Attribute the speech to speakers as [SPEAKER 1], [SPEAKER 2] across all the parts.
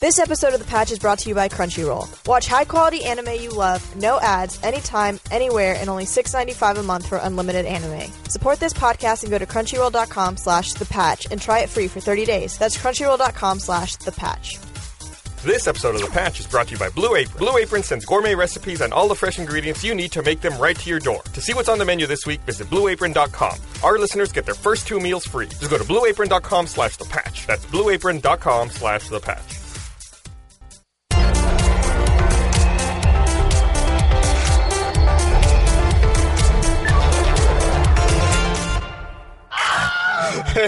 [SPEAKER 1] This episode of The Patch is brought to you by Crunchyroll. Watch high quality anime you love, no ads, anytime, anywhere, and only $6.95 a month for unlimited anime. Support this podcast and go to crunchyroll.com slash the patch and try it free for 30 days. That's crunchyroll.com slash the patch.
[SPEAKER 2] This episode of The Patch is brought to you by Blue Apron. Blue Apron sends gourmet recipes and all the fresh ingredients you need to make them right to your door. To see what's on the menu this week, visit blueapron.com. Our listeners get their first two meals free. Just go to blueapron.com slash the patch. That's blueapron.com slash the patch.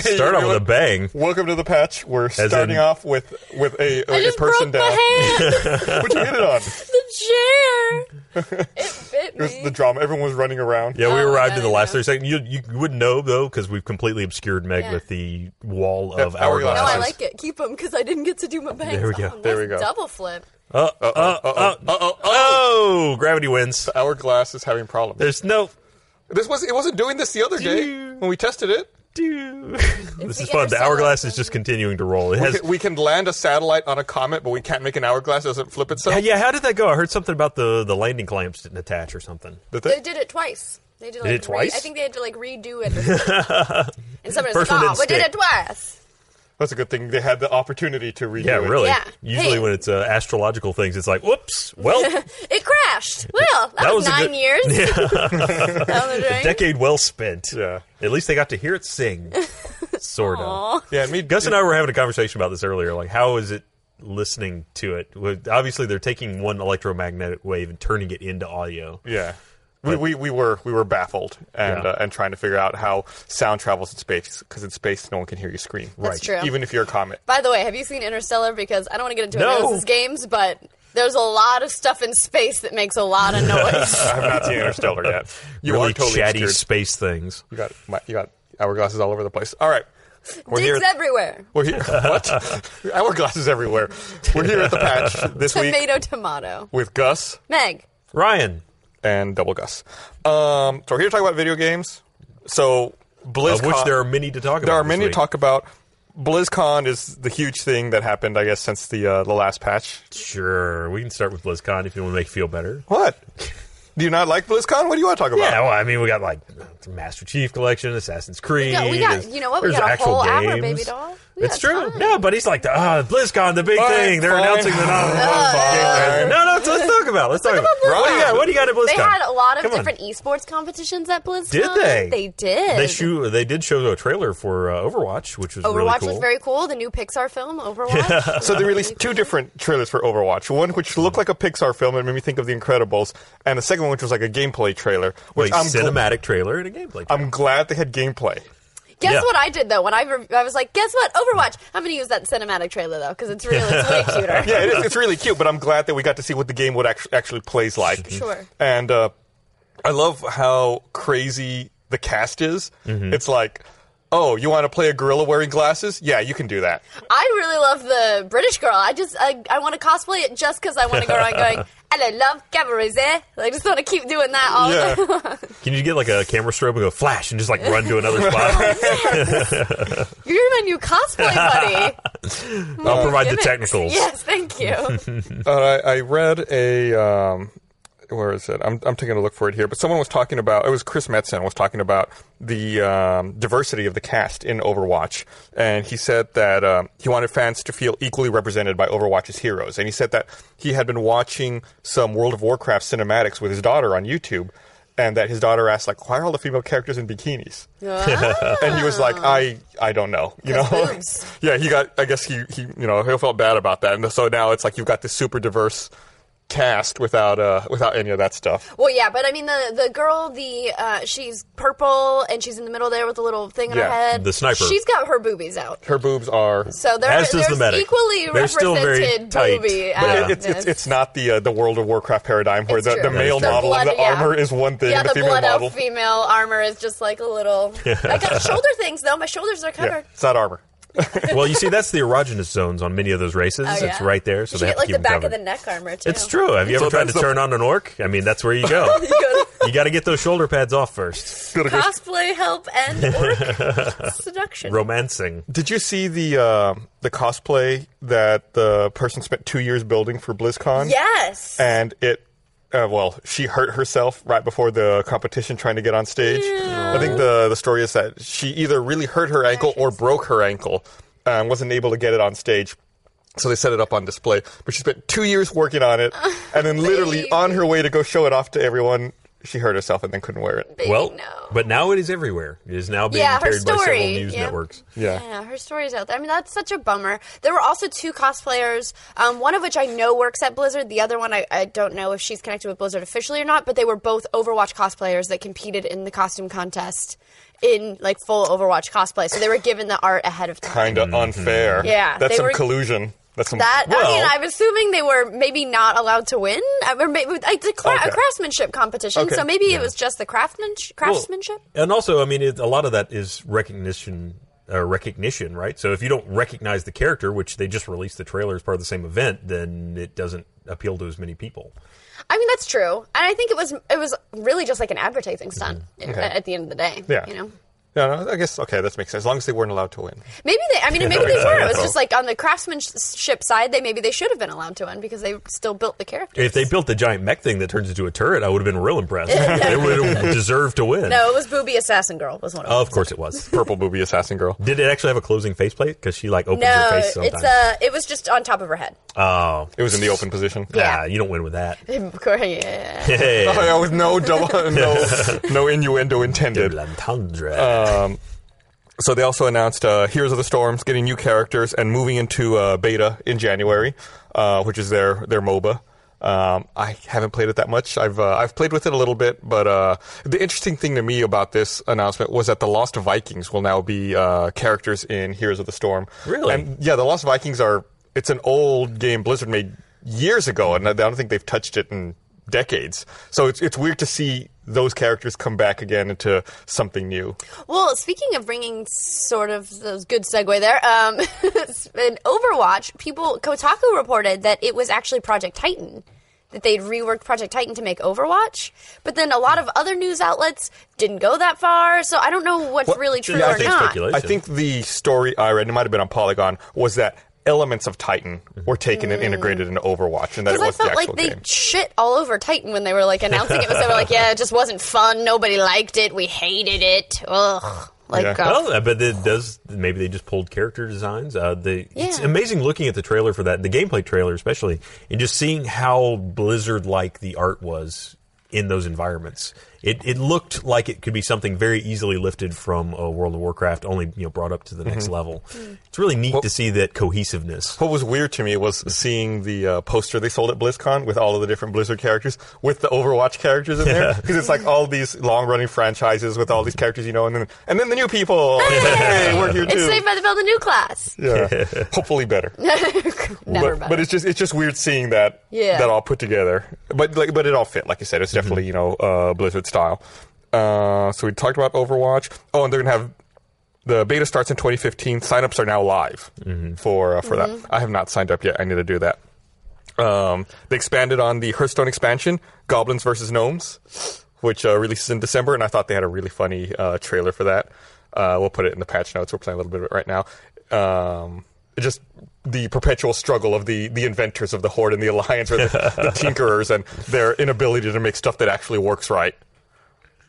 [SPEAKER 3] Start off with a bang.
[SPEAKER 2] Welcome to the patch. We're starting
[SPEAKER 3] in-
[SPEAKER 2] off with with a, a,
[SPEAKER 4] I just
[SPEAKER 2] person
[SPEAKER 4] broke
[SPEAKER 2] down.
[SPEAKER 4] my hand.
[SPEAKER 2] What'd you hit it on?
[SPEAKER 4] the chair. It bit
[SPEAKER 2] It was
[SPEAKER 4] me.
[SPEAKER 2] the drama. Everyone was running around.
[SPEAKER 3] Yeah, we
[SPEAKER 4] Oh,
[SPEAKER 3] arrived
[SPEAKER 4] yeah,
[SPEAKER 3] in the
[SPEAKER 4] yeah.
[SPEAKER 3] last 30 seconds. You, you wouldn't know, though, because we've completely obscured Meg
[SPEAKER 4] Yeah.
[SPEAKER 3] with the wall
[SPEAKER 2] That's
[SPEAKER 3] of
[SPEAKER 2] hourglass.
[SPEAKER 3] hourglasses.
[SPEAKER 4] no, I like it. Keep them because I didn't get to do my bangs.
[SPEAKER 3] There we go.
[SPEAKER 4] Oh,
[SPEAKER 2] There
[SPEAKER 4] nice
[SPEAKER 2] we go.
[SPEAKER 4] Double flip.
[SPEAKER 3] Uh, uh, uh, uh, oh, oh, gravity wins.
[SPEAKER 2] Hourglass is having problems.
[SPEAKER 3] There's no.
[SPEAKER 2] This was it wasn't doing this the other day
[SPEAKER 3] Dude.
[SPEAKER 2] when we tested it.
[SPEAKER 3] this is
[SPEAKER 4] the
[SPEAKER 3] fun. The
[SPEAKER 4] interstellar
[SPEAKER 3] hourglass is
[SPEAKER 4] thing.
[SPEAKER 3] just continuing to roll. It
[SPEAKER 2] We
[SPEAKER 3] has.
[SPEAKER 2] can, we can land a satellite on a comet, but we can't make an hourglass. It doesn't flip itself.
[SPEAKER 3] Yeah, yeah, how did that go? I heard something about the, the landing clamps didn't attach or something.
[SPEAKER 2] The
[SPEAKER 4] They
[SPEAKER 2] thing-
[SPEAKER 4] did it twice. They did, like,
[SPEAKER 3] it twice?
[SPEAKER 4] Re- I think they had to like redo it. Or something. and somebody was
[SPEAKER 3] First one
[SPEAKER 4] like, "Oh,
[SPEAKER 3] didn't
[SPEAKER 4] we did
[SPEAKER 3] stick."
[SPEAKER 4] it twice."
[SPEAKER 2] That's a good thing. They had the opportunity to redo
[SPEAKER 3] Yeah,
[SPEAKER 2] it.
[SPEAKER 3] really.
[SPEAKER 4] Yeah.
[SPEAKER 3] Usually
[SPEAKER 4] Hey.
[SPEAKER 3] when it's uh, astrological things, it's like, whoops, well,
[SPEAKER 4] It crashed. Well, that, was,
[SPEAKER 3] was a
[SPEAKER 4] nine
[SPEAKER 3] good-
[SPEAKER 4] years. Down the drain.
[SPEAKER 3] decade well spent.
[SPEAKER 2] Yeah.
[SPEAKER 3] At least they got to hear it sing, sort of.
[SPEAKER 2] Yeah, and me.
[SPEAKER 3] Gus and I were having a conversation about this earlier. Like, how is it listening to it? Well, Obviously, they're taking one electromagnetic wave and turning it into audio.
[SPEAKER 2] Yeah. We, we, we were we were baffled and
[SPEAKER 3] Yeah.
[SPEAKER 2] uh, and trying to figure out how sound travels in space because in space no one can hear you scream
[SPEAKER 4] That's true.
[SPEAKER 2] even if you're a comet
[SPEAKER 4] By the way, have you seen Interstellar? Because I don't want to get into
[SPEAKER 3] No.
[SPEAKER 4] another else's games, but there's a lot of stuff in space that makes a lot of noise.
[SPEAKER 2] I have not seen Interstellar yet you
[SPEAKER 3] really
[SPEAKER 2] are totally
[SPEAKER 3] chatty
[SPEAKER 2] obscured.
[SPEAKER 3] space things.
[SPEAKER 2] you got my, you got hourglasses all over the place all right we're
[SPEAKER 4] Dicks
[SPEAKER 2] here
[SPEAKER 4] everywhere.
[SPEAKER 2] we're here what hourglasses everywhere we're here at the patch this week
[SPEAKER 4] Tomato, tomato.
[SPEAKER 2] with Gus
[SPEAKER 4] Meg.
[SPEAKER 3] Ryan,
[SPEAKER 2] and Double Gus. Um, so we're here to talk about video games. So BlizzCon,
[SPEAKER 3] of which there are many to talk about.
[SPEAKER 2] there are
[SPEAKER 3] this
[SPEAKER 2] many to
[SPEAKER 3] week.
[SPEAKER 2] talk about. BlizzCon is the huge thing that happened, I guess, since the uh, the last patch.
[SPEAKER 3] Sure, we can start with BlizzCon if you want to make you feel better.
[SPEAKER 2] What? Do you not like BlizzCon? What do you want to talk about?
[SPEAKER 3] Yeah, well, I mean, we got like Master Chief Collection, Assassin's Creed.
[SPEAKER 4] got- we got-
[SPEAKER 3] there's-
[SPEAKER 4] you know what? We
[SPEAKER 3] there's
[SPEAKER 4] got a
[SPEAKER 3] actual
[SPEAKER 4] whole hour,
[SPEAKER 3] games.
[SPEAKER 4] baby doll. We
[SPEAKER 3] it's
[SPEAKER 4] got
[SPEAKER 3] true.
[SPEAKER 4] time.
[SPEAKER 3] No, but he's like, the, ah, BlizzCon, the big
[SPEAKER 2] Fine,
[SPEAKER 3] thing. They're
[SPEAKER 2] fine.
[SPEAKER 3] announcing the
[SPEAKER 2] Fine.
[SPEAKER 3] nomination. No, no, so let's talk about. it. Let's talk about. it.
[SPEAKER 2] BlizzCon.
[SPEAKER 3] What do you got? What do you got at BlizzCon?
[SPEAKER 4] They had a lot of
[SPEAKER 3] Come on.
[SPEAKER 4] different esports competitions at BlizzCon.
[SPEAKER 3] Did they?
[SPEAKER 4] They did.
[SPEAKER 3] They shoot. They did show a trailer for uh, Overwatch, which was
[SPEAKER 4] Overwatch
[SPEAKER 3] really cool.
[SPEAKER 4] was very cool. The new Pixar film, Overwatch.
[SPEAKER 2] So they released two different trailers for Overwatch. One which looked like a Pixar film and made me think of The Incredibles, and the second one which was like a gameplay trailer. Which
[SPEAKER 3] Like,
[SPEAKER 2] I'm gl-
[SPEAKER 3] cinematic trailer and a gameplay. Trailer.
[SPEAKER 2] I'm glad they had gameplay.
[SPEAKER 4] Guess
[SPEAKER 3] Yeah.
[SPEAKER 4] what I did though? When I, re- I was like, guess what? Overwatch. I'm going to use that cinematic trailer though because it's really it's way cuter.
[SPEAKER 2] yeah, it is, it's really cute, but I'm glad that we got to see what the game would actually, actually plays like.
[SPEAKER 4] Sure.
[SPEAKER 2] And uh, I love how crazy the cast is. It's like, oh, you want to play a gorilla wearing glasses? Yeah, you can do that.
[SPEAKER 4] I really love the British girl. I just I, I want to cosplay it just because I want to go around going and I love cabarets. eh?" Like, I just want to keep doing that all the time.
[SPEAKER 2] Yeah.
[SPEAKER 3] Can you get like a camera strobe and go flash and just like run to another spot?
[SPEAKER 4] You're my new cosplay buddy.
[SPEAKER 3] I'll provide the
[SPEAKER 4] Gimmicks.
[SPEAKER 3] technicals.
[SPEAKER 4] Yes, thank you.
[SPEAKER 2] uh, I, I read a. Um, where is it? I'm, I'm taking a look for it here. But someone was talking about it was Chris Metzen was talking about the um, diversity of the cast in Overwatch, and he said that um, he wanted fans to feel equally represented by Overwatch's heroes, and he said that he had been watching some World of Warcraft cinematics with his daughter on YouTube, and that his daughter asked like, "Why are all the female characters in bikinis?" and he was like, I, I don't know, you know.
[SPEAKER 4] boobs.
[SPEAKER 2] yeah, he got. I guess he, he, you know, he felt bad about that, and so now it's like you've got this super diverse cast without, uh, without any of that stuff.
[SPEAKER 4] Well, yeah, but I mean the the girl, the uh, she's purple and she's in the middle there with a little thing on
[SPEAKER 2] Yeah,
[SPEAKER 4] her head.
[SPEAKER 3] the sniper.
[SPEAKER 4] She's got her boobies out.
[SPEAKER 2] Her boobs are.
[SPEAKER 4] So there,
[SPEAKER 3] As does
[SPEAKER 4] there's
[SPEAKER 3] the medic.
[SPEAKER 4] equally
[SPEAKER 3] They're still very
[SPEAKER 4] represented
[SPEAKER 3] tight,
[SPEAKER 4] boobie
[SPEAKER 3] but
[SPEAKER 2] It-
[SPEAKER 4] outness.
[SPEAKER 2] it's, it's it's not the uh, the World of Warcraft paradigm where
[SPEAKER 4] It's
[SPEAKER 2] the,
[SPEAKER 4] true.
[SPEAKER 2] the
[SPEAKER 4] That is
[SPEAKER 2] male
[SPEAKER 3] true.
[SPEAKER 2] model
[SPEAKER 4] blood,
[SPEAKER 2] and the
[SPEAKER 4] yeah.
[SPEAKER 2] armor is one thing,
[SPEAKER 4] Yeah,
[SPEAKER 2] and
[SPEAKER 4] the,
[SPEAKER 2] the, female
[SPEAKER 4] blood
[SPEAKER 2] model.
[SPEAKER 4] out female armor is just like a little. I got shoulder things though. My shoulders are
[SPEAKER 2] yeah,
[SPEAKER 4] covered.
[SPEAKER 2] it's not armor.
[SPEAKER 3] Well, you see, that's the erogenous zones on many of those races.
[SPEAKER 4] Oh,
[SPEAKER 3] It's
[SPEAKER 4] yeah.
[SPEAKER 3] right there, so
[SPEAKER 4] You
[SPEAKER 3] they
[SPEAKER 4] should
[SPEAKER 3] have
[SPEAKER 4] get like
[SPEAKER 3] to
[SPEAKER 4] the
[SPEAKER 3] keep
[SPEAKER 4] back
[SPEAKER 3] them covered.
[SPEAKER 4] of the neck armor too.
[SPEAKER 3] It's true. Have you
[SPEAKER 2] So
[SPEAKER 3] ever tried
[SPEAKER 2] that's
[SPEAKER 3] to
[SPEAKER 2] the-
[SPEAKER 3] turn on an orc? I mean, that's where you go.
[SPEAKER 4] You go-
[SPEAKER 3] you got to get those shoulder pads off first.
[SPEAKER 4] Cosplay help and or seduction.
[SPEAKER 3] Romancing.
[SPEAKER 2] Did you see the uh, the cosplay that the person spent two years building for BlizzCon?
[SPEAKER 4] yes.
[SPEAKER 2] and it uh, well she hurt herself right before the competition trying to get on stage i think the the story is that she either really hurt her ankle or broke her ankle and wasn't able to get it on stage so they set it up on display but she spent two years working on it and then literally
[SPEAKER 4] babe.
[SPEAKER 2] on her way to go show it off to everyone she hurt herself and then couldn't wear it
[SPEAKER 4] Baby,
[SPEAKER 3] well,
[SPEAKER 4] no.
[SPEAKER 3] but now it is everywhere. It is now being
[SPEAKER 4] Yeah, her
[SPEAKER 3] carried by several
[SPEAKER 4] story,
[SPEAKER 3] news
[SPEAKER 4] yeah.
[SPEAKER 3] networks.
[SPEAKER 2] yeah
[SPEAKER 4] Yeah, her story's out there. I mean, that's such a bummer. There were also two cosplayers, um, one of which I know works at Blizzard. The other one, I, I don't know if she's connected with Blizzard officially or not, but they were both Overwatch cosplayers that competed in the costume contest in like full Overwatch cosplay. So they were given the art ahead of time.
[SPEAKER 2] kind of unfair
[SPEAKER 4] Yeah,
[SPEAKER 2] that's
[SPEAKER 4] they
[SPEAKER 2] some
[SPEAKER 4] were-
[SPEAKER 2] collusion that's some
[SPEAKER 4] That
[SPEAKER 2] well,
[SPEAKER 4] I mean, I'm assuming they were maybe not allowed to win. I, or maybe, like, the cra-
[SPEAKER 2] Okay.
[SPEAKER 4] a craftsmanship competition.
[SPEAKER 2] Okay.
[SPEAKER 4] So maybe it was just the craftsmanship.
[SPEAKER 3] Well,
[SPEAKER 4] craftsmanship.
[SPEAKER 3] and also, I mean, it, a lot of that is recognition, uh, recognition, right? So if you don't recognize the character, which they just released the trailer as part of the same event, then it doesn't appeal to as many people.
[SPEAKER 4] I mean, that's true, and I think it was it was really just like an advertising stunt
[SPEAKER 2] Mm-hmm.
[SPEAKER 4] uh,
[SPEAKER 2] Okay.
[SPEAKER 4] at, at the end of the day.
[SPEAKER 2] yeah
[SPEAKER 4] you know.
[SPEAKER 2] no, no, I guess okay. That makes sense. As long as they weren't allowed to win,
[SPEAKER 4] Maybe they. I mean, maybe they were. It was
[SPEAKER 2] So-
[SPEAKER 4] just like on the craftsmanship side, they maybe they should have been allowed to win because they still built the character.
[SPEAKER 3] If they built the giant mech thing that turns into a turret, I would have been real impressed. they would have deserved to win.
[SPEAKER 4] No, it was Booby Assassin Girl was one of them.
[SPEAKER 3] Of course it was.
[SPEAKER 2] purple booby assassin girl.
[SPEAKER 3] Did it actually have a closing faceplate? Because she like opens her
[SPEAKER 4] no,
[SPEAKER 3] face
[SPEAKER 4] it's
[SPEAKER 3] sometimes.
[SPEAKER 4] uh, it was just on top of her head.
[SPEAKER 3] oh,
[SPEAKER 2] It was in the open position.
[SPEAKER 3] yeah.
[SPEAKER 4] Yeah.
[SPEAKER 3] you don't win with that.
[SPEAKER 4] yeah.
[SPEAKER 3] Hey,
[SPEAKER 2] Oh, yeah, with no double, no, no innuendo intended.
[SPEAKER 3] double entendre.
[SPEAKER 2] Um, So they also announced uh, Heroes of the Storms getting new characters and moving into uh, beta in January, uh, which is their their MOBA. Um, I haven't played it that much. I've uh, I've played with it a little bit, but uh, the interesting thing to me about this announcement was that the Lost Vikings will now be uh, characters in Heroes of the Storm.
[SPEAKER 3] Really?
[SPEAKER 2] And yeah, the Lost Vikings are it's an old game Blizzard made years ago, and I don't think they've touched it in decades. So it's it's weird to see those characters come back again into something new.
[SPEAKER 4] Well, speaking of bringing sort of those good segue there, um, in Overwatch, people Kotaku reported that it was actually Project Titan that they'd reworked Project Titan to make Overwatch, but then a lot of other news outlets didn't go that far, so I don't know what's
[SPEAKER 2] What-
[SPEAKER 4] really true
[SPEAKER 3] yeah, I
[SPEAKER 4] or
[SPEAKER 3] think
[SPEAKER 4] not.
[SPEAKER 3] speculation.
[SPEAKER 2] I think the story I read, it might have been on Polygon, was that elements of Titan were taken and integrated into Overwatch, and that it
[SPEAKER 4] Because I
[SPEAKER 2] was the
[SPEAKER 4] felt
[SPEAKER 2] actual
[SPEAKER 4] like they
[SPEAKER 2] game.
[SPEAKER 4] shit all over Titan when they were like announcing it. Was they were like, yeah, it just wasn't fun. Nobody liked it. We hated it. Ugh. Like,
[SPEAKER 2] Yeah.
[SPEAKER 4] uh,
[SPEAKER 3] Well, but it does. Maybe they just pulled character designs. Uh, the, It's
[SPEAKER 4] Yeah.
[SPEAKER 3] amazing looking at the trailer for that, the gameplay trailer especially, and just seeing how Blizzard-like the art was in those environments. It, it looked like it could be something very easily lifted from uh, World of Warcraft, only you know brought up to the next level. It's really neat to see that cohesiveness.
[SPEAKER 2] what was weird to me was seeing the uh, poster they sold at BlizzCon with all of the different Blizzard characters, with the Overwatch characters in there, because it's like all these long-running franchises with all these characters you know, and then and then the new people. hey, we're here
[SPEAKER 4] it's
[SPEAKER 2] too.
[SPEAKER 4] Saved by the Bell, the new class.
[SPEAKER 2] Yeah, hopefully better.
[SPEAKER 4] Never
[SPEAKER 2] but,
[SPEAKER 4] better.
[SPEAKER 2] but it's just it's just weird seeing that
[SPEAKER 4] Yeah.
[SPEAKER 2] that all put together. But like, but it all fit. Like you said, it's definitely you know uh, Blizzard style. Uh, so we talked about Overwatch. Oh, and they're gonna have the beta starts in 2015. Signups are now live for uh, for
[SPEAKER 4] Mm-hmm.
[SPEAKER 2] that. I have not signed up yet. I need to do that. Um, they expanded on the Hearthstone expansion, Goblins versus Gnomes, which uh, releases in December, and I thought they had a really funny uh, trailer for that. Uh, we'll put it in the patch notes. We're playing a little bit of it right now. Um, just the perpetual struggle of the, the inventors of the Horde and the Alliance, or the, the tinkerers, and their inability to make stuff that actually works right.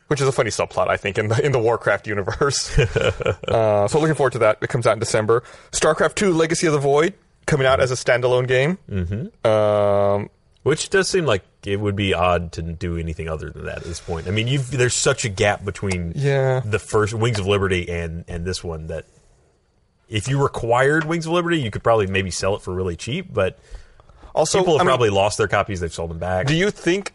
[SPEAKER 2] Which is a funny subplot, I think, in the in the Warcraft universe. Uh, so looking forward to that. It comes out in December. StarCraft Two: Legacy of the Void coming out as a standalone game. Mm-hmm. Um,
[SPEAKER 3] Which does seem like it would be odd to do anything other than that at this point. I mean, you've, there's such a gap between
[SPEAKER 2] Yeah.
[SPEAKER 3] the first Wings of Liberty and and this one that if you required Wings of Liberty, you could probably maybe sell it for really cheap. But
[SPEAKER 2] also,
[SPEAKER 3] people have
[SPEAKER 2] I mean,
[SPEAKER 3] probably lost their copies; they've sold them back.
[SPEAKER 2] do you think?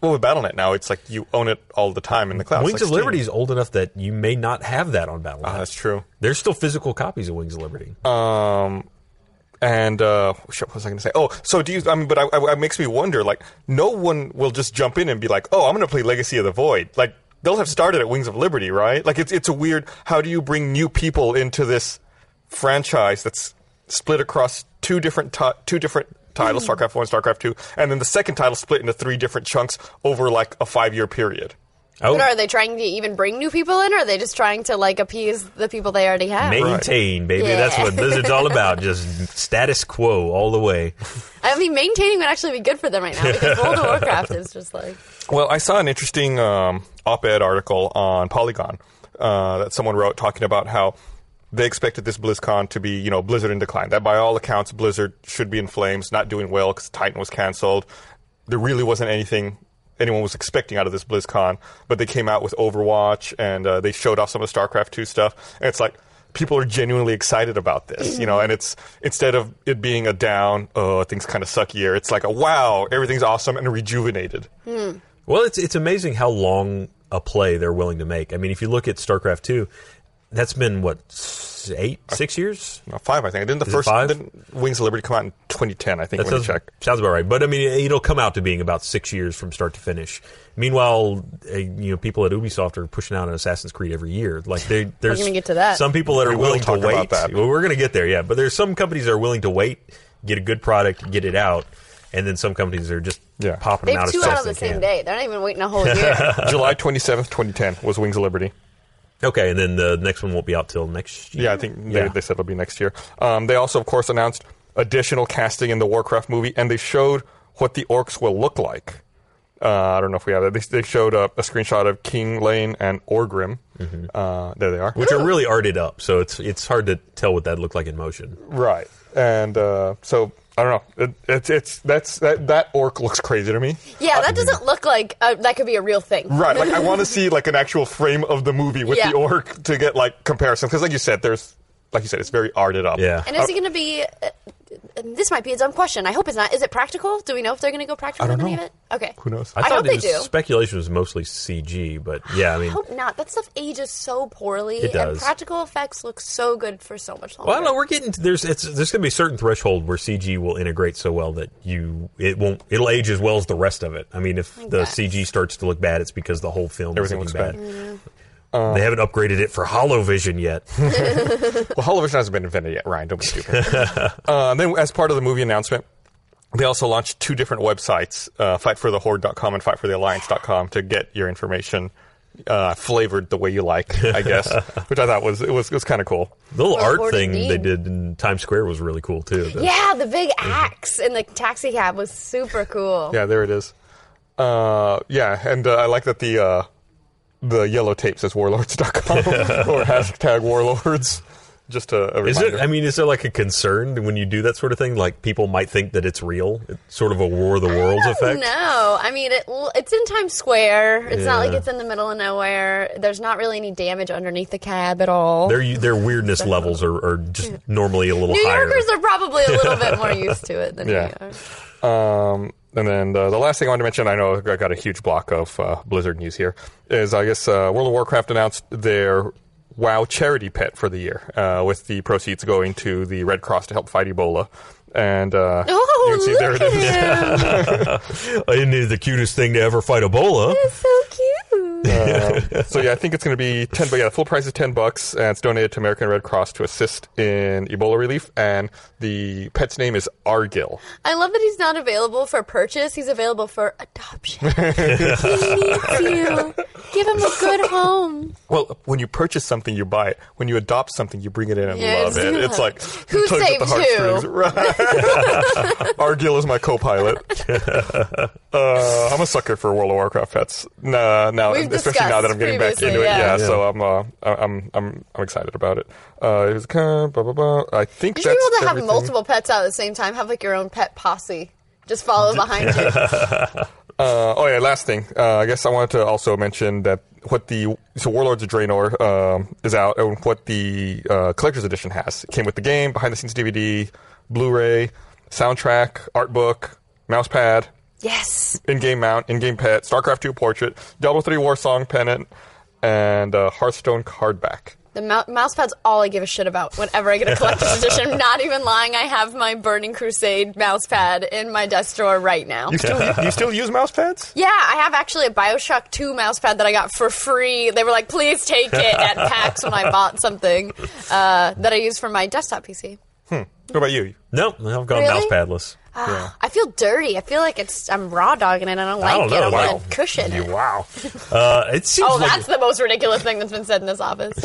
[SPEAKER 2] Well, with BattleNet now, it's like you own it all the time in the cloud. It's
[SPEAKER 3] Wings
[SPEAKER 2] like
[SPEAKER 3] of
[SPEAKER 2] Steam.
[SPEAKER 3] Liberty is old enough that you may not have that on Battle.net.
[SPEAKER 2] Ah, that's true.
[SPEAKER 3] There's still physical copies of Wings of Liberty.
[SPEAKER 2] Um, and uh, shit, what was I going to say? Oh, so do you? I mean, but I, I, it makes me wonder. Like, no one will just jump in and be like, "Oh, I'm going to play Legacy of the Void." Like, they'll have started at Wings of Liberty, right? Like, it's it's a weird. How do you bring new people into this franchise that's split across two different ti two different titles, StarCraft One, StarCraft Two, and then the second title split into three different chunks over like a five year period?
[SPEAKER 3] I would
[SPEAKER 4] But are they trying to even bring new people in, or are they just trying to like appease the people they already have?
[SPEAKER 3] maintain, baby.
[SPEAKER 4] Yeah.
[SPEAKER 3] That's what Blizzard's all about. Just status quo all the way.
[SPEAKER 4] I mean, maintaining would actually be good for them right now because World of Warcraft is just like
[SPEAKER 2] Well, I saw an interesting um, op-ed article on Polygon uh, that someone wrote talking about how they expected this BlizzCon to be, you know, Blizzard in decline. That by all accounts, Blizzard should be in flames, not doing well because Titan was canceled. There really wasn't anything anyone was expecting out of this BlizzCon, but they came out with Overwatch and uh, they showed off some of the StarCraft 2 stuff, and it's like. People are genuinely excited about this, you know, and it's instead of it being a down, oh, things kind of suck year, it's like a wow, everything's awesome and rejuvenated.
[SPEAKER 3] Well, it's it's amazing how long a play they're willing to make. I mean, if you look at StarCraft two, that's been what s- eight six years.
[SPEAKER 2] No, five, I think. Didn't the
[SPEAKER 3] Is it
[SPEAKER 2] first
[SPEAKER 3] five?
[SPEAKER 2] didn't Wings of Liberty come out in 2010? I think.
[SPEAKER 3] That
[SPEAKER 2] When you
[SPEAKER 3] sounds,
[SPEAKER 2] check.
[SPEAKER 3] sounds about right. But I mean, it'll come out to being about six years from start to finish. Meanwhile, uh, you know, people at Ubisoft are pushing out an Assassin's Creed every year. Like they, there's
[SPEAKER 4] gonna get to that.
[SPEAKER 3] some people that are
[SPEAKER 2] We will
[SPEAKER 3] willing to
[SPEAKER 2] talk about
[SPEAKER 3] wait.
[SPEAKER 2] that.
[SPEAKER 3] Well, we're going to get there, yeah. But there's some companies that are willing to wait, get a good product, get it out, and then some companies are just
[SPEAKER 2] Yeah.
[SPEAKER 3] popping
[SPEAKER 4] they
[SPEAKER 3] them out
[SPEAKER 4] have
[SPEAKER 3] as
[SPEAKER 4] two
[SPEAKER 3] fast
[SPEAKER 4] out
[SPEAKER 3] as
[SPEAKER 4] on
[SPEAKER 3] they
[SPEAKER 4] the same
[SPEAKER 3] can.
[SPEAKER 4] day. They're not even waiting a whole year.
[SPEAKER 2] July 27th, 2010 was Wings of Liberty.
[SPEAKER 3] Okay, and then the next one won't be out till next year.
[SPEAKER 2] Yeah, I think
[SPEAKER 3] Yeah.
[SPEAKER 2] They, they said it'll be next year. Um, they also, of course, announced additional casting in the Warcraft movie, and they showed what the orcs will look like. Uh, I don't know if we have that. They, they showed uh, a screenshot of King Lane and Orgrim.
[SPEAKER 3] Mm-hmm.
[SPEAKER 2] Uh, there they are.
[SPEAKER 3] which are really arted up. So it's it's hard to tell what that looked like in motion.
[SPEAKER 2] Right. And uh, so I don't know. It, it's it's that's that that orc looks crazy to me.
[SPEAKER 4] yeah, that doesn't look like uh that could be a real thing.
[SPEAKER 2] Right, like I want to see like an actual frame of the movie with
[SPEAKER 4] Yeah.
[SPEAKER 2] the orc to get like comparison because, like you said, there's like you said, it's very arted up.
[SPEAKER 3] Yeah.
[SPEAKER 4] And is it going to be? Uh, uh, this might be a dumb question. I hope it's not. Is it practical? Do we know if they're going to go practical
[SPEAKER 2] don't
[SPEAKER 4] with any of
[SPEAKER 2] know.
[SPEAKER 4] it? Okay.
[SPEAKER 2] Who knows?
[SPEAKER 4] I,
[SPEAKER 3] thought
[SPEAKER 4] hope
[SPEAKER 3] it
[SPEAKER 4] they
[SPEAKER 3] was,
[SPEAKER 4] do.
[SPEAKER 3] Speculation was mostly CG, but yeah, I mean,
[SPEAKER 4] I hope not. That stuff ages so poorly,
[SPEAKER 3] It
[SPEAKER 4] and
[SPEAKER 3] does.
[SPEAKER 4] practical effects look so good for so much longer.
[SPEAKER 3] well, I don't know. We're getting to, there's it's there's going to be a certain threshold where CG will integrate so well that you it won't it'll age as well as the rest of it. I mean, if the
[SPEAKER 4] guess.
[SPEAKER 3] CG starts to look bad, it's because the whole film
[SPEAKER 2] Everything
[SPEAKER 3] is
[SPEAKER 2] looks Uh,
[SPEAKER 3] looking bad.
[SPEAKER 4] Mm-hmm.
[SPEAKER 3] they haven't upgraded it for HoloVision yet.
[SPEAKER 2] Well, Holovision hasn't been invented yet, Ryan. Don't be stupid. uh, then, as part of the movie announcement, they also launched two different websites: uh, fightforthehorde.com and fightforthealliance.com to get your information uh, flavored the way you like, I guess. which I thought was it was it was kind of cool.
[SPEAKER 3] The little
[SPEAKER 4] Well,
[SPEAKER 3] art
[SPEAKER 4] Gordon
[SPEAKER 3] thing
[SPEAKER 4] Dean.
[SPEAKER 3] they did in Times Square was really cool too. The-
[SPEAKER 4] Yeah, the big axe in the taxi cab was super cool.
[SPEAKER 2] Yeah, there it is. Uh, yeah, and uh, I like that the uh, the yellow tape says warlords.com or hashtag warlords. Just a, a
[SPEAKER 3] Is
[SPEAKER 2] reminder.
[SPEAKER 3] it? I mean, is there like a concern when you do that sort of thing? Like people might think that it's real. It's sort of a War of the Worlds effect.
[SPEAKER 4] No, I mean it, it's in Times Square. It's not like
[SPEAKER 3] Yeah.
[SPEAKER 4] it's in the middle of nowhere. There's not really any damage underneath the cab at all.
[SPEAKER 3] Their their weirdness levels are, are just normally a little
[SPEAKER 4] New
[SPEAKER 3] higher.
[SPEAKER 4] Yorkers are probably a little bit more used to it than
[SPEAKER 2] Yeah.
[SPEAKER 4] we are.
[SPEAKER 2] Um, and then uh, the last thing I wanted to mention, I know I got a huge block of uh, Blizzard news here, is I guess uh, World of Warcraft announced their WoW charity pet for the year, uh, with the proceeds going to the Red Cross to help fight Ebola. And uh,
[SPEAKER 4] Oh,
[SPEAKER 2] you can see
[SPEAKER 4] look
[SPEAKER 2] there it
[SPEAKER 4] at
[SPEAKER 2] is.
[SPEAKER 4] him!
[SPEAKER 3] Uh, Isn't it the cutest thing to ever fight Ebola?
[SPEAKER 4] so cute.
[SPEAKER 2] Um, so yeah, I think it's going to be ten. But yeah, the full price is ten bucks, and it's donated to American Red Cross to assist in Ebola relief. And the pet's name is Argil.
[SPEAKER 4] I love that he's not available for purchase. He's available for adoption. he needs you. Give him a good home.
[SPEAKER 2] Well, when you purchase something, you buy it. When you adopt something, you bring it in and
[SPEAKER 4] Yeah,
[SPEAKER 2] love it.
[SPEAKER 4] it's-
[SPEAKER 2] It's like
[SPEAKER 4] Who
[SPEAKER 2] tugs at
[SPEAKER 4] saved
[SPEAKER 2] the heartstrings.
[SPEAKER 4] who?
[SPEAKER 2] Right. Argil is my co-pilot. Uh, I'm a sucker for World of Warcraft pets. Nah, now,
[SPEAKER 4] We've
[SPEAKER 2] especially now that I'm getting back
[SPEAKER 4] discussed
[SPEAKER 2] into it.
[SPEAKER 4] previously,
[SPEAKER 2] Yeah,
[SPEAKER 4] yeah.
[SPEAKER 2] so I'm, uh, I- I'm, I'm, I'm excited about it. Uh, it was kind of blah blah blah. I think
[SPEAKER 4] You should
[SPEAKER 2] that's
[SPEAKER 4] be able to have
[SPEAKER 2] everything.
[SPEAKER 4] multiple pets out at the same time. Have like your own pet posse. Just follow behind you.
[SPEAKER 2] Uh, oh yeah, last thing. Uh, I guess I wanted to also mention that what the so Warlords of Draenor um, is out, and what the uh, collector's edition has. It came with the game, behind the scenes DVD, Blu-ray, soundtrack, art book, mouse pad,
[SPEAKER 4] Yes.
[SPEAKER 2] in-game mount, in-game pet, StarCraft 2 portrait, Diablo 3 War Song pennant, and uh, Hearthstone cardback.
[SPEAKER 4] The mou- mouse pad's all I give a shit about whenever I get a collector's edition. I'm not even lying. I have my Burning Crusade mouse pad in my desk drawer right now.
[SPEAKER 2] You still do you still use mouse pads?
[SPEAKER 4] Yeah, I have actually a Bioshock 2 mouse pad that I got for free. They were like, please take it at PAX when I bought something uh, that I use for my desktop PC.
[SPEAKER 2] What about you?
[SPEAKER 3] No, I've gone
[SPEAKER 4] Really?
[SPEAKER 3] mouse padless.
[SPEAKER 2] Yeah.
[SPEAKER 4] Ah, I feel dirty. I feel like it's I'm raw dogging it. I don't like
[SPEAKER 3] I don't
[SPEAKER 4] it.
[SPEAKER 3] know.
[SPEAKER 4] I'm
[SPEAKER 3] wow.
[SPEAKER 4] gonna cushion
[SPEAKER 3] You-
[SPEAKER 4] it.
[SPEAKER 3] Wow. Uh, it seems
[SPEAKER 4] Oh,
[SPEAKER 3] like
[SPEAKER 4] that's the most ridiculous thing that's been said in this office.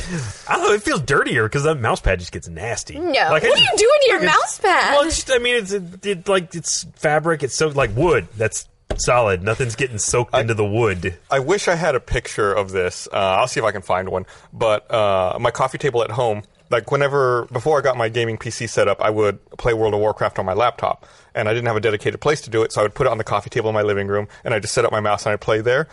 [SPEAKER 3] I don't know. It feels dirtier because that mouse pad just gets nasty.
[SPEAKER 4] No.
[SPEAKER 3] Like, I
[SPEAKER 4] What are you
[SPEAKER 3] just-
[SPEAKER 4] doing to your
[SPEAKER 3] it's-
[SPEAKER 4] mouse pad?
[SPEAKER 3] Well, it's just, I mean, it's it, it, like it's fabric. It's so like wood. That's solid. Nothing's getting soaked into the wood.
[SPEAKER 2] I wish I had a picture of this. Uh, I'll see if I can find one. But uh, my coffee table at home, like whenever before I got my gaming PC set up, I would play World of Warcraft on my laptop, and I didn't have a dedicated place to do it, so I would put it on the coffee table in my living room, and I just set up my mouse and I would play there.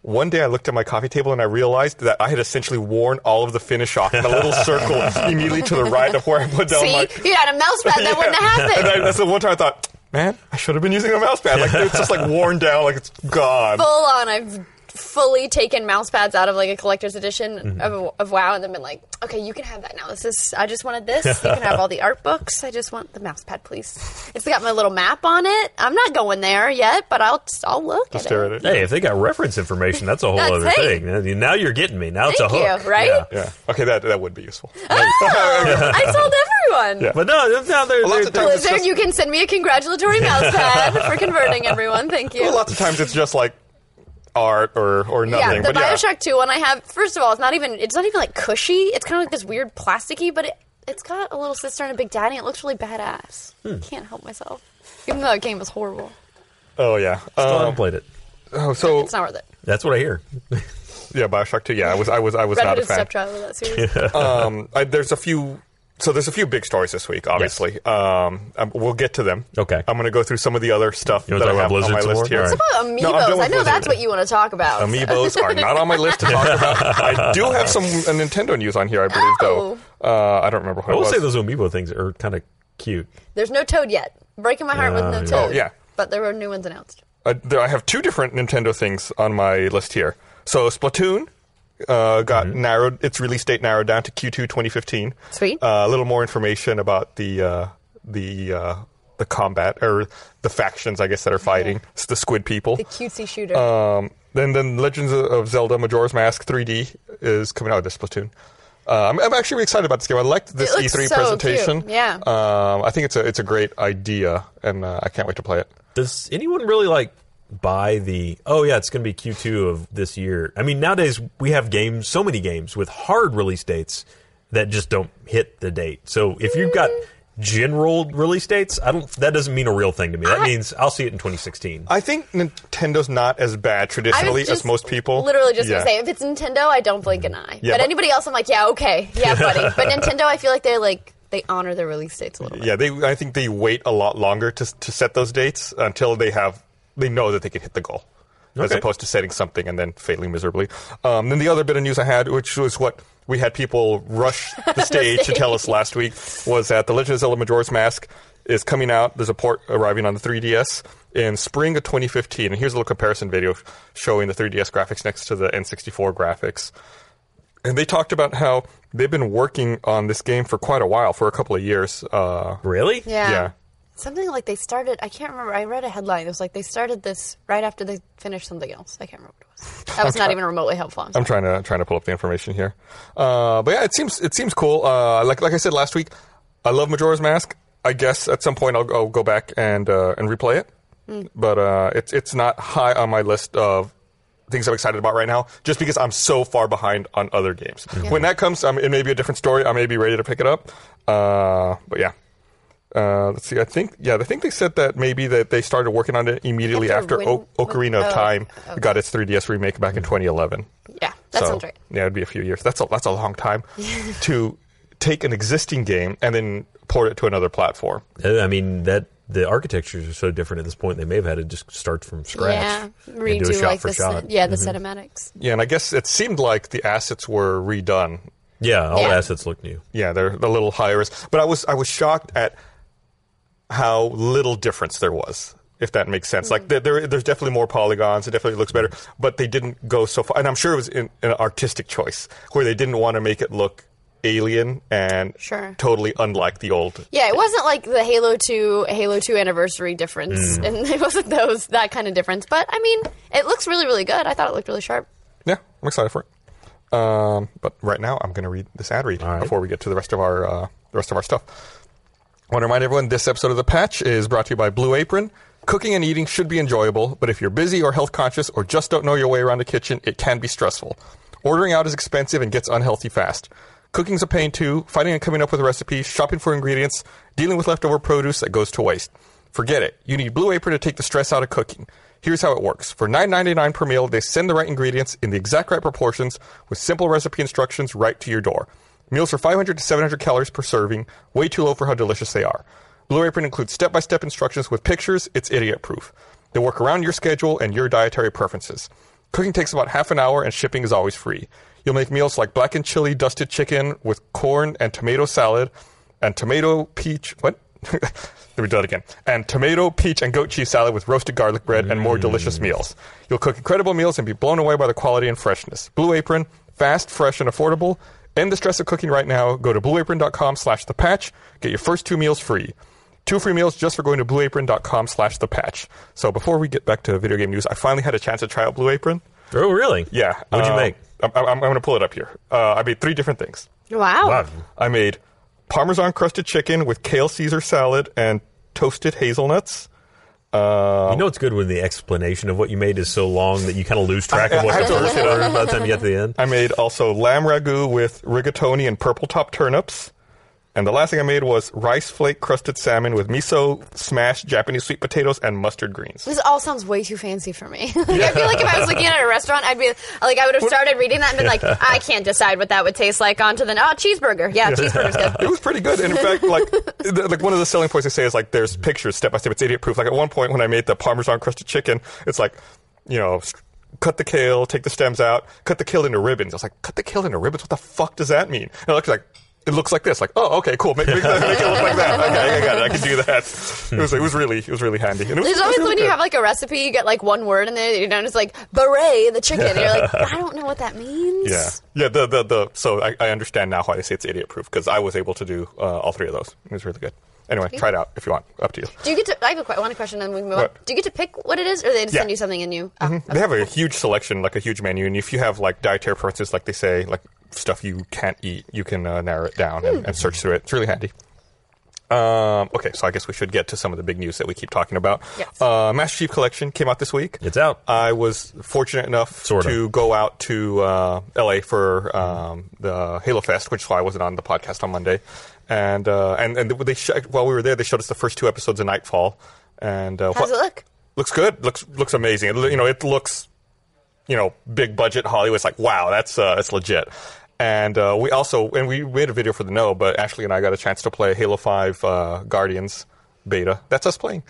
[SPEAKER 2] One day I looked at my coffee table and I realized that I had essentially worn all of the finish off in a little circle immediately to the right of where I put down
[SPEAKER 4] See,
[SPEAKER 2] my.
[SPEAKER 4] if you had a mouse pad, that wouldn't have
[SPEAKER 2] And
[SPEAKER 4] happened.
[SPEAKER 2] I, that's the one time I thought, man, I should have been using a mouse pad. Like it's just like worn down, like it's gone.
[SPEAKER 4] Full on. I've fully taken mouse pads out of like a collector's edition of, of WoW, and then been like, okay, you can have that now. This is. I just wanted this. You can have all the art books. I just want the mouse pad, please. It's got my little map on it. I'm not going there yet, but I'll I'll look at
[SPEAKER 2] Stare at
[SPEAKER 4] it.
[SPEAKER 2] it.
[SPEAKER 3] Hey, if they got reference information, that's a whole
[SPEAKER 4] That's
[SPEAKER 3] other
[SPEAKER 4] hey.
[SPEAKER 3] thing. Now you're getting me. Now
[SPEAKER 4] Thank
[SPEAKER 3] it's a hook,
[SPEAKER 4] you, right?
[SPEAKER 3] Yeah.
[SPEAKER 2] Yeah. Okay, that that would be useful.
[SPEAKER 4] Oh, I told everyone.
[SPEAKER 2] Yeah.
[SPEAKER 3] But no, no, they're,
[SPEAKER 2] Lots
[SPEAKER 3] they're,
[SPEAKER 2] of times it's
[SPEAKER 4] Blizzard,
[SPEAKER 2] just-
[SPEAKER 4] you can send me a congratulatory mouse pad for converting everyone. Thank you.
[SPEAKER 2] Well, lots of times it's just like art or or nothing.
[SPEAKER 4] Yeah, the
[SPEAKER 2] but yeah.
[SPEAKER 4] Bioshock Two one I have. First of all, it's not even it's not even like cushy. It's kind of like this weird plasticky, but it it's got a little sister and a big daddy. It looks really badass.
[SPEAKER 2] Hmm.
[SPEAKER 4] Can't help myself, even though that game is horrible.
[SPEAKER 2] Oh yeah.
[SPEAKER 3] I
[SPEAKER 2] Um,
[SPEAKER 3] haven't played it.
[SPEAKER 2] oh, so
[SPEAKER 4] It's not worth it.
[SPEAKER 3] That's what I hear.
[SPEAKER 2] yeah, Bioshock Two. Yeah, I was I was I was
[SPEAKER 4] Red
[SPEAKER 2] not a
[SPEAKER 4] Hooded
[SPEAKER 2] fan.
[SPEAKER 4] Stepchild of that series.
[SPEAKER 2] Um, I, there's a few. So there's a few big stories this week. Obviously, um, um, we'll get to them.
[SPEAKER 3] Okay.
[SPEAKER 2] I'm going to go through some of the other stuff
[SPEAKER 3] You
[SPEAKER 2] that
[SPEAKER 3] wanna
[SPEAKER 2] I have
[SPEAKER 3] talk about
[SPEAKER 2] on my
[SPEAKER 3] Blizzard some
[SPEAKER 2] list
[SPEAKER 3] more?
[SPEAKER 2] here.
[SPEAKER 3] All right.
[SPEAKER 4] Oh,
[SPEAKER 2] No, I'm
[SPEAKER 4] Amiibos.
[SPEAKER 2] done with
[SPEAKER 4] I know that's
[SPEAKER 2] Blizzard.
[SPEAKER 4] what you want to talk about.
[SPEAKER 2] Amiibos are not on my list to talk about. I do have some uh, Nintendo news on here, I believe, though. Uh, I don't remember what
[SPEAKER 3] I
[SPEAKER 2] it
[SPEAKER 3] will
[SPEAKER 2] was.
[SPEAKER 3] say those amiibo things are kind of cute.
[SPEAKER 4] There's no Toad yet. Breaking my heart with
[SPEAKER 3] Yeah.
[SPEAKER 4] no Toad.
[SPEAKER 2] Oh, yeah.
[SPEAKER 4] But there were new ones announced.
[SPEAKER 2] I, there, Uh, I have two different Nintendo things on my list here. So Splatoon uh, got narrowed; its release date narrowed down to Q2 2015.
[SPEAKER 4] Sweet.
[SPEAKER 2] Uh, a little more information about the uh, the uh, the combat or the factions, I guess, that are fighting It's the Squid People.
[SPEAKER 4] The cutesy shooter.
[SPEAKER 2] Um, then, then Legends of Zelda: Majora's Mask 3D is coming out this Splatoon. Uh, I'm, I'm actually really excited about this game. I liked this
[SPEAKER 4] It looks
[SPEAKER 2] E3
[SPEAKER 4] so cute.
[SPEAKER 2] presentation.
[SPEAKER 4] Yeah.
[SPEAKER 2] Um, I think it's a it's a great idea, and uh, I can't wait to play it.
[SPEAKER 3] Does anyone really like buy the? Oh yeah, it's going to be Q2 of this year. I mean, nowadays we have games, so many games with hard release dates that just don't hit the date. So if you've got
[SPEAKER 4] Mm.
[SPEAKER 3] general release dates, I don't. That doesn't mean a real thing to me. That means I'll see it in 2016.
[SPEAKER 2] I think Nintendo's not as bad
[SPEAKER 4] I
[SPEAKER 2] traditionally as
[SPEAKER 4] was just
[SPEAKER 2] most people.
[SPEAKER 4] Literally just
[SPEAKER 2] yeah.
[SPEAKER 4] gonna say if it's Nintendo, I don't blink an eye.
[SPEAKER 2] Yeah,
[SPEAKER 4] but,
[SPEAKER 2] but-
[SPEAKER 4] anybody else, I'm like, yeah, okay, yeah, buddy. But Nintendo, I feel like they like they honor their release dates a little bit.
[SPEAKER 2] Yeah, they. I think they wait a lot longer to to set those dates until they have they know that they can hit the goal, as
[SPEAKER 3] Okay.
[SPEAKER 2] opposed to setting something and then failing miserably. Um, then the other bit of news I had, which was what we had people rush the stage to tell us last week, was that the Legend of Zelda Majora's Mask is coming out. There's a port arriving on the 3DS in spring of 2015, and here's a little comparison video showing the 3DS graphics next to the N64 graphics and they talked about how they've been working on this game for quite a while, for a couple of years. Uh,
[SPEAKER 3] Really?
[SPEAKER 4] Yeah.
[SPEAKER 2] Yeah.
[SPEAKER 4] Something like they started. I can't remember. I read a headline. It was like they started this right after they finished something else. I can't remember what it was. That was not even remotely helpful. I'm
[SPEAKER 2] I'm
[SPEAKER 4] sorry.
[SPEAKER 2] trying to trying to pull up the information here, uh, but yeah, it seems it seems cool. Uh, like like I said last week, I love Majora's Mask. I guess at some point I'll, I'll go back and uh, and replay it, but uh, it's it's not high on my list of things I'm excited about right now, just because I'm so far behind on other games. When that comes, um, it may be a different story. I may be ready to pick it up, uh, but yeah. Uh, let's see. I think yeah. I think they said that maybe that they started working on it immediately
[SPEAKER 4] After
[SPEAKER 2] after,
[SPEAKER 4] Win-
[SPEAKER 2] o- Ocarina of
[SPEAKER 4] oh,
[SPEAKER 2] Time got its 3DS remake back in 2011.
[SPEAKER 4] Yeah, that
[SPEAKER 2] So,
[SPEAKER 4] sounds right.
[SPEAKER 2] Yeah, it'd be a few years. That's a that's a long time to take an existing game and then port it to another platform.
[SPEAKER 3] Uh, I mean that the architectures are so different at this point. They may have had to just start from
[SPEAKER 4] Yeah,
[SPEAKER 3] scratch and do a
[SPEAKER 4] redo
[SPEAKER 3] shot
[SPEAKER 4] like
[SPEAKER 3] for
[SPEAKER 4] the
[SPEAKER 3] shot. Mm-hmm.
[SPEAKER 4] cin- yeah the cinematics.
[SPEAKER 2] Yeah, and I guess it seemed like the assets were redone.
[SPEAKER 3] Yeah, all
[SPEAKER 4] Yeah.
[SPEAKER 3] assets look new.
[SPEAKER 2] Yeah, they're a little higher risk. But I was I was shocked at how little difference there was. If that makes sense,
[SPEAKER 4] Hmm.
[SPEAKER 2] like there, there, there's definitely more polygons. It definitely looks better, but they didn't go so far. And I'm sure it was in, an artistic choice where they didn't want to make it look alien and
[SPEAKER 4] Sure.
[SPEAKER 2] totally unlike the old
[SPEAKER 4] Yeah, it wasn't like the Halo 2 Halo 2 anniversary difference,
[SPEAKER 3] Mm.
[SPEAKER 4] and it wasn't those that kind of difference. But I mean, it looks really really good. I thought it looked really sharp.
[SPEAKER 2] Yeah, I'm excited for it. Um, but right now, I'm going to read this ad read
[SPEAKER 3] right.
[SPEAKER 2] before we get to the rest of our uh, the rest of our stuff. want to remind everyone this episode of The Patch is brought to you by Blue Apron. Cooking and eating should be enjoyable, but if you're busy or health conscious or just don't know your way around a kitchen, it can be stressful. Ordering out is expensive and gets unhealthy fast. Cooking's a pain too, finding and coming up with a recipe, shopping for ingredients, dealing with leftover produce that goes to waste. Forget it. You need Blue Apron to take the stress out of cooking. Here's how it works. For $9.99 per meal, they send the right ingredients in the exact right proportions with simple recipe instructions right to your door. Meals are 500 to 700 calories per serving, way too low for how delicious they are. Blue Apron includes step by step instructions with pictures, it's idiot proof. They work around your schedule and your dietary preferences. Cooking takes about half an hour, and shipping is always free. You'll make meals like blackened chili, dusted chicken with corn and tomato salad, and tomato peach. What? Let me do that again. And tomato, peach, and goat cheese salad with roasted garlic bread and more
[SPEAKER 3] Mm.
[SPEAKER 2] delicious meals. You'll cook incredible meals and be blown away by the quality and freshness. Blue Apron, fast, fresh, and affordable. End the stress of cooking right now. Go to blueapron.com slash the patch. Get your first two meals free. Two free meals just for going to blueapron.com slash the patch. So before we get back to video game news, I finally had a chance to try out Blue Apron.
[SPEAKER 3] Oh, really?
[SPEAKER 2] Yeah.
[SPEAKER 3] What'd you
[SPEAKER 2] uh,
[SPEAKER 3] make?
[SPEAKER 2] I'm, I'm, I'm going to pull it up here. Uh, I made three different things.
[SPEAKER 4] Wow.
[SPEAKER 3] Wow.
[SPEAKER 2] I made Parmesan crusted chicken with kale Caesar salad and toasted hazelnuts. um,
[SPEAKER 3] you know it's good when the explanation of what you made is so long that you kind of lose track of what
[SPEAKER 2] I
[SPEAKER 3] the
[SPEAKER 2] have to
[SPEAKER 3] first order by the time you get to the end.
[SPEAKER 2] I made also lamb ragu with rigatoni and purple top turnips. And the last thing I made was rice flake crusted salmon with miso, smashed Japanese sweet potatoes, and mustard greens.
[SPEAKER 4] This all sounds way too fancy for me. like, I feel like if I was looking at a restaurant, I'd be like, I would have started reading that and been like, I can't decide what that would taste like. On to the oh, cheeseburger. Yeah, cheeseburger's
[SPEAKER 2] It
[SPEAKER 4] good.
[SPEAKER 2] was pretty good, and in fact, like, the, like one of the selling points they say is like there's pictures step by step. It's idiot proof. Like at one point when I made the Parmesan crusted chicken, it's like, you know, s- cut the kale, take the stems out, cut the kale into ribbons. I was like, cut the kale into ribbons. What the fuck does that mean? And I looked like. It looks like this. Like, oh, okay, cool. Make, make, that- make it look like that. Okay, I got it. I can do that. It was, it was really, it was really handy. And it was,
[SPEAKER 4] There's
[SPEAKER 2] it was
[SPEAKER 4] always
[SPEAKER 2] really
[SPEAKER 4] when you
[SPEAKER 2] good.
[SPEAKER 4] have like a recipe, you get like one word in there, you know, and it's like beret the chicken. And you're like, I don't know what that means.
[SPEAKER 2] Yeah, yeah. The the, the so I, I understand now why they say it's idiot proof because I was able to do uh, all three of those. It was really good. Anyway, try it out if you want. Up to you.
[SPEAKER 4] Do you get to? I have a, que- one question, and we can move on.
[SPEAKER 2] What?
[SPEAKER 4] Do you get to pick what it is, or they just
[SPEAKER 2] Yeah. Mm-hmm.
[SPEAKER 4] send you something and you? Oh,
[SPEAKER 2] They have a huge selection, like a huge menu, and if you have like dietary preferences, like they say, like stuff you can't eat, you can uh, narrow it down and, and search through it. It's really handy. Um, okay, so I guess we should get to some of the big news that we keep talking about.
[SPEAKER 4] Yes.
[SPEAKER 2] Uh, Master Chief Collection came out this week.
[SPEAKER 3] It's out.
[SPEAKER 2] I was fortunate enough
[SPEAKER 3] Sorta.
[SPEAKER 2] to go out to uh, LA for um, the Halo Fest, which is why I wasn't on the podcast on Monday. And uh, and and they sh- while we were there, they showed us the first two episodes of Nightfall. And uh,
[SPEAKER 4] How's
[SPEAKER 2] wha-
[SPEAKER 4] it look?
[SPEAKER 2] Looks good. Looks looks amazing. It, lo- you know, it looks you know big budget Hollywood. It's like wow, that's uh, that's legit. And uh, we also and we made a video for the no, but Ashley and I got a chance to play Halo Five uh, Guardians beta. That's us playing,